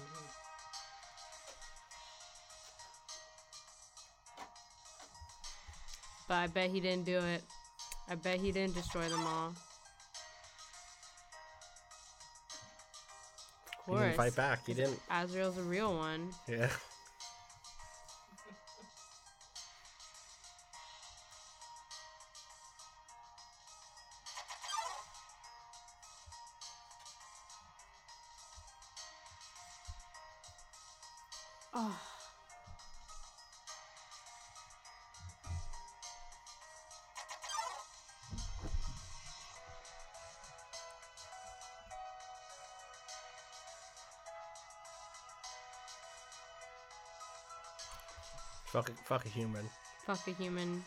Speaker 6: But I bet he didn't do it. I bet he didn't destroy them all. Of
Speaker 3: He didn't
Speaker 6: course.
Speaker 3: fight back. He didn't.
Speaker 6: Azrael's a real one.
Speaker 3: Yeah.
Speaker 6: Oh.
Speaker 3: Fuck, a- fuck a human.
Speaker 6: Fuck a human.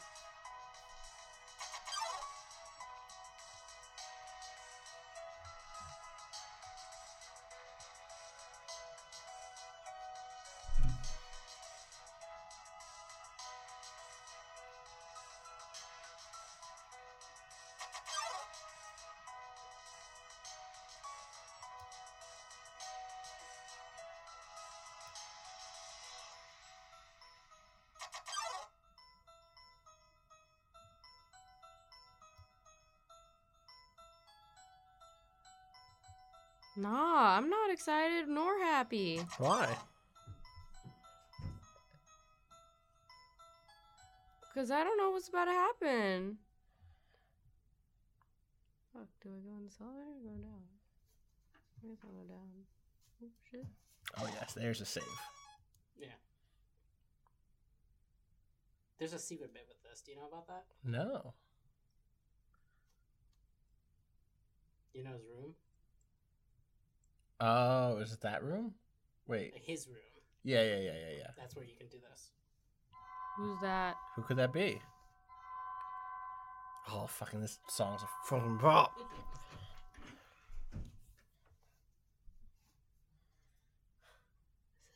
Speaker 6: Nah, I'm not excited nor happy.
Speaker 3: Why?
Speaker 6: Because I don't know what's about to happen. Fuck, do I go in the cellar or go down? I guess I'll go down. Oh, shit.
Speaker 3: Oh yes, there's a save.
Speaker 1: Yeah. There's a secret bit with this. Do you know about that?
Speaker 3: No.
Speaker 1: You know his room?
Speaker 3: Oh, is it that room? Wait.
Speaker 1: Like his room.
Speaker 3: Yeah, yeah, yeah, yeah, yeah.
Speaker 1: That's where you can do this.
Speaker 6: Who's that?
Speaker 3: Who could that be? Oh, fucking! This song's a fucking bop.
Speaker 1: No,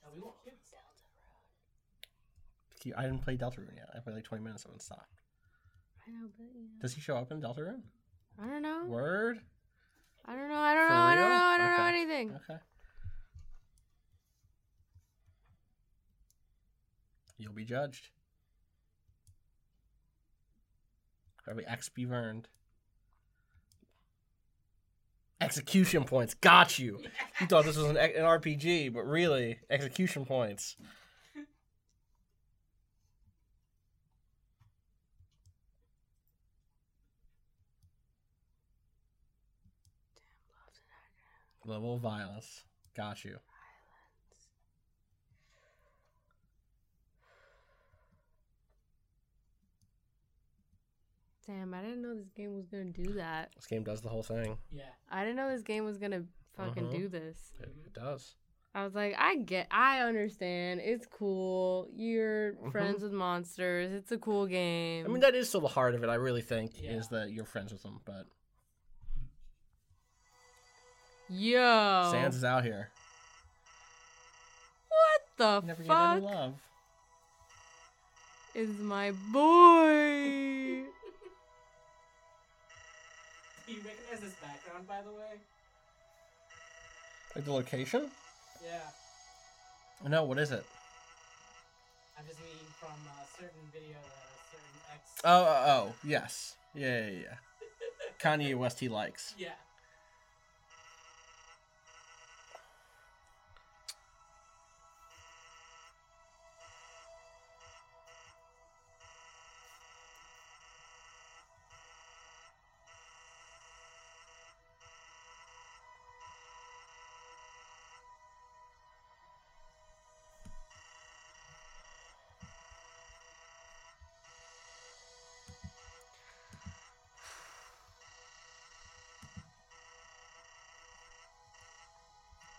Speaker 1: Oh, we won't hear this.
Speaker 3: I didn't play Deltarune yet. I played like 20 minutes of it and stopped.
Speaker 6: I know, but you know.
Speaker 3: Does he show up in Deltarune?
Speaker 6: I don't know.
Speaker 3: Word.
Speaker 6: I don't know. I don't
Speaker 3: For
Speaker 6: know. Oh, I don't
Speaker 3: real?
Speaker 6: know. I don't know
Speaker 3: Okay.
Speaker 6: anything.
Speaker 3: Okay. You'll be judged. For every X you've earned. Execution points. Got you. You thought this was an, an RPG, but really, execution points. Level of violence. Got you.
Speaker 6: Damn, I didn't know this game was gonna do that.
Speaker 3: This game does the whole thing.
Speaker 1: Yeah.
Speaker 6: I didn't know this game was gonna fucking
Speaker 3: Mhm.
Speaker 6: do this.
Speaker 3: It, it does.
Speaker 6: I was like, I get, I understand. It's cool. You're friends
Speaker 3: Mhm.
Speaker 6: with monsters. It's a cool game.
Speaker 3: I mean, that is still the heart of it, I really think, is that you're friends with them, but.
Speaker 6: Yo.
Speaker 3: Sans is out here.
Speaker 6: What the
Speaker 3: Never get any
Speaker 6: fuck
Speaker 3: love.
Speaker 6: is my boy?
Speaker 1: Do you recognize this background, by the way?
Speaker 3: Like the location?
Speaker 1: Yeah.
Speaker 3: No, what is it?
Speaker 1: I'm just reading from a certain video that a certain ex.
Speaker 3: Oh, oh, oh, yes. Yeah, yeah, yeah. Kanye West he likes.
Speaker 1: Yeah.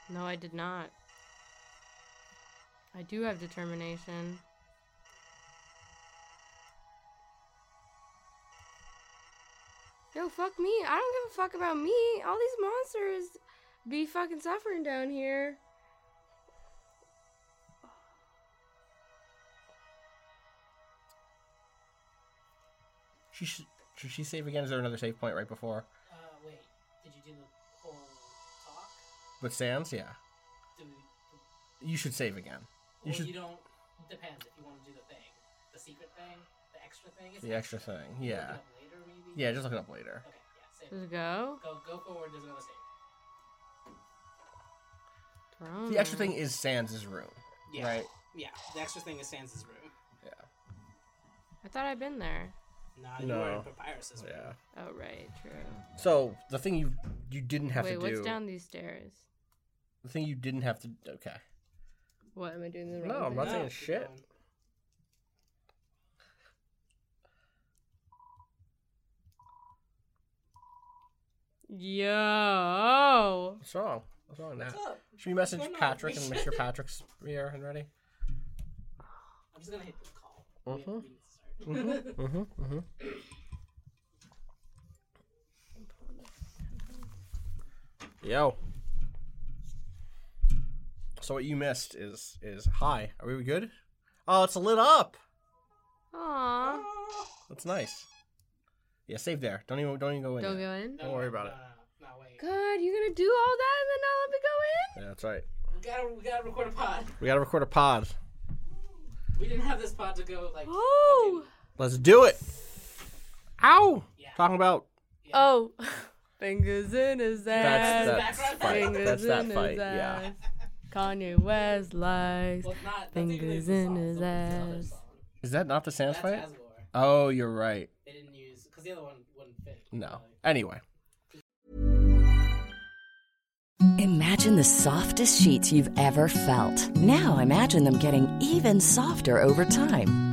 Speaker 6: No, I did not. I do have determination. Yo, fuck me. I don't give a fuck about me. All these monsters be fucking suffering down here.
Speaker 3: She should, should she save again? Is there another save point right before?
Speaker 1: Uh, wait. Did you do the whole talk?
Speaker 3: With Sans? Yeah.
Speaker 1: Do we,
Speaker 3: You should save again. You
Speaker 1: well,
Speaker 3: should.
Speaker 1: you don't. Depends if you want to do the thing, the secret thing, the extra thing.
Speaker 3: The extra thing, yeah. Yeah, just look it up later.
Speaker 6: Does it go?
Speaker 1: Go, go forward. There's another save.
Speaker 3: The extra thing is Sans' room,
Speaker 1: Yeah.
Speaker 3: right?
Speaker 1: Yeah. The extra thing is Sans' room.
Speaker 6: I thought I'd been there.
Speaker 1: Nah, you were in Papyrus's room.
Speaker 3: Yeah.
Speaker 6: Oh right, true.
Speaker 3: So the thing you you didn't have
Speaker 6: Wait,
Speaker 3: to do.
Speaker 6: what's down these stairs?
Speaker 3: The thing you didn't have to. Okay.
Speaker 6: What am I doing the wrong?
Speaker 3: No, I'm
Speaker 6: thing?
Speaker 3: not saying shit.
Speaker 6: Yo.
Speaker 3: What's wrong? What's wrong now?
Speaker 1: What's up?
Speaker 3: Should we message
Speaker 1: What's going on?
Speaker 3: Patrick and make sure Patrick's here and ready?
Speaker 1: I'm just gonna hit the call.
Speaker 3: Mm-hmm.
Speaker 1: We have meetings to start.
Speaker 3: Mm-hmm. Mm-hmm. Yo. So what you missed is is hi. Are we good? Oh, it's lit up.
Speaker 6: Aww.
Speaker 3: That's nice. Yeah, save there. Don't even don't even go in.
Speaker 6: Don't
Speaker 3: yet.
Speaker 6: go in?
Speaker 3: Don't worry about it.
Speaker 6: God, you're gonna do all that and then not let me go in?
Speaker 3: Yeah, that's right.
Speaker 1: We gotta, we gotta record a pod.
Speaker 3: We gotta record a pod.
Speaker 1: We didn't have this pod to go like.
Speaker 6: Oh.
Speaker 3: Let's do it. Ow! Talking about
Speaker 6: Oh. Fingers in his ass.
Speaker 3: That's- that's fight.
Speaker 6: Fingers
Speaker 3: That's that
Speaker 6: in his
Speaker 3: fight, yeah.
Speaker 6: ass. Kanye West lies.
Speaker 1: not-
Speaker 6: Fingers in his ass.
Speaker 3: is that not the Sans
Speaker 1: That's
Speaker 3: fight?
Speaker 1: Asgore.
Speaker 3: Oh, you're right.
Speaker 1: They didn't use because the other one wouldn't fit.
Speaker 3: No. Anyway.
Speaker 15: Imagine the softest sheets you've ever felt. Now imagine them getting even softer over time.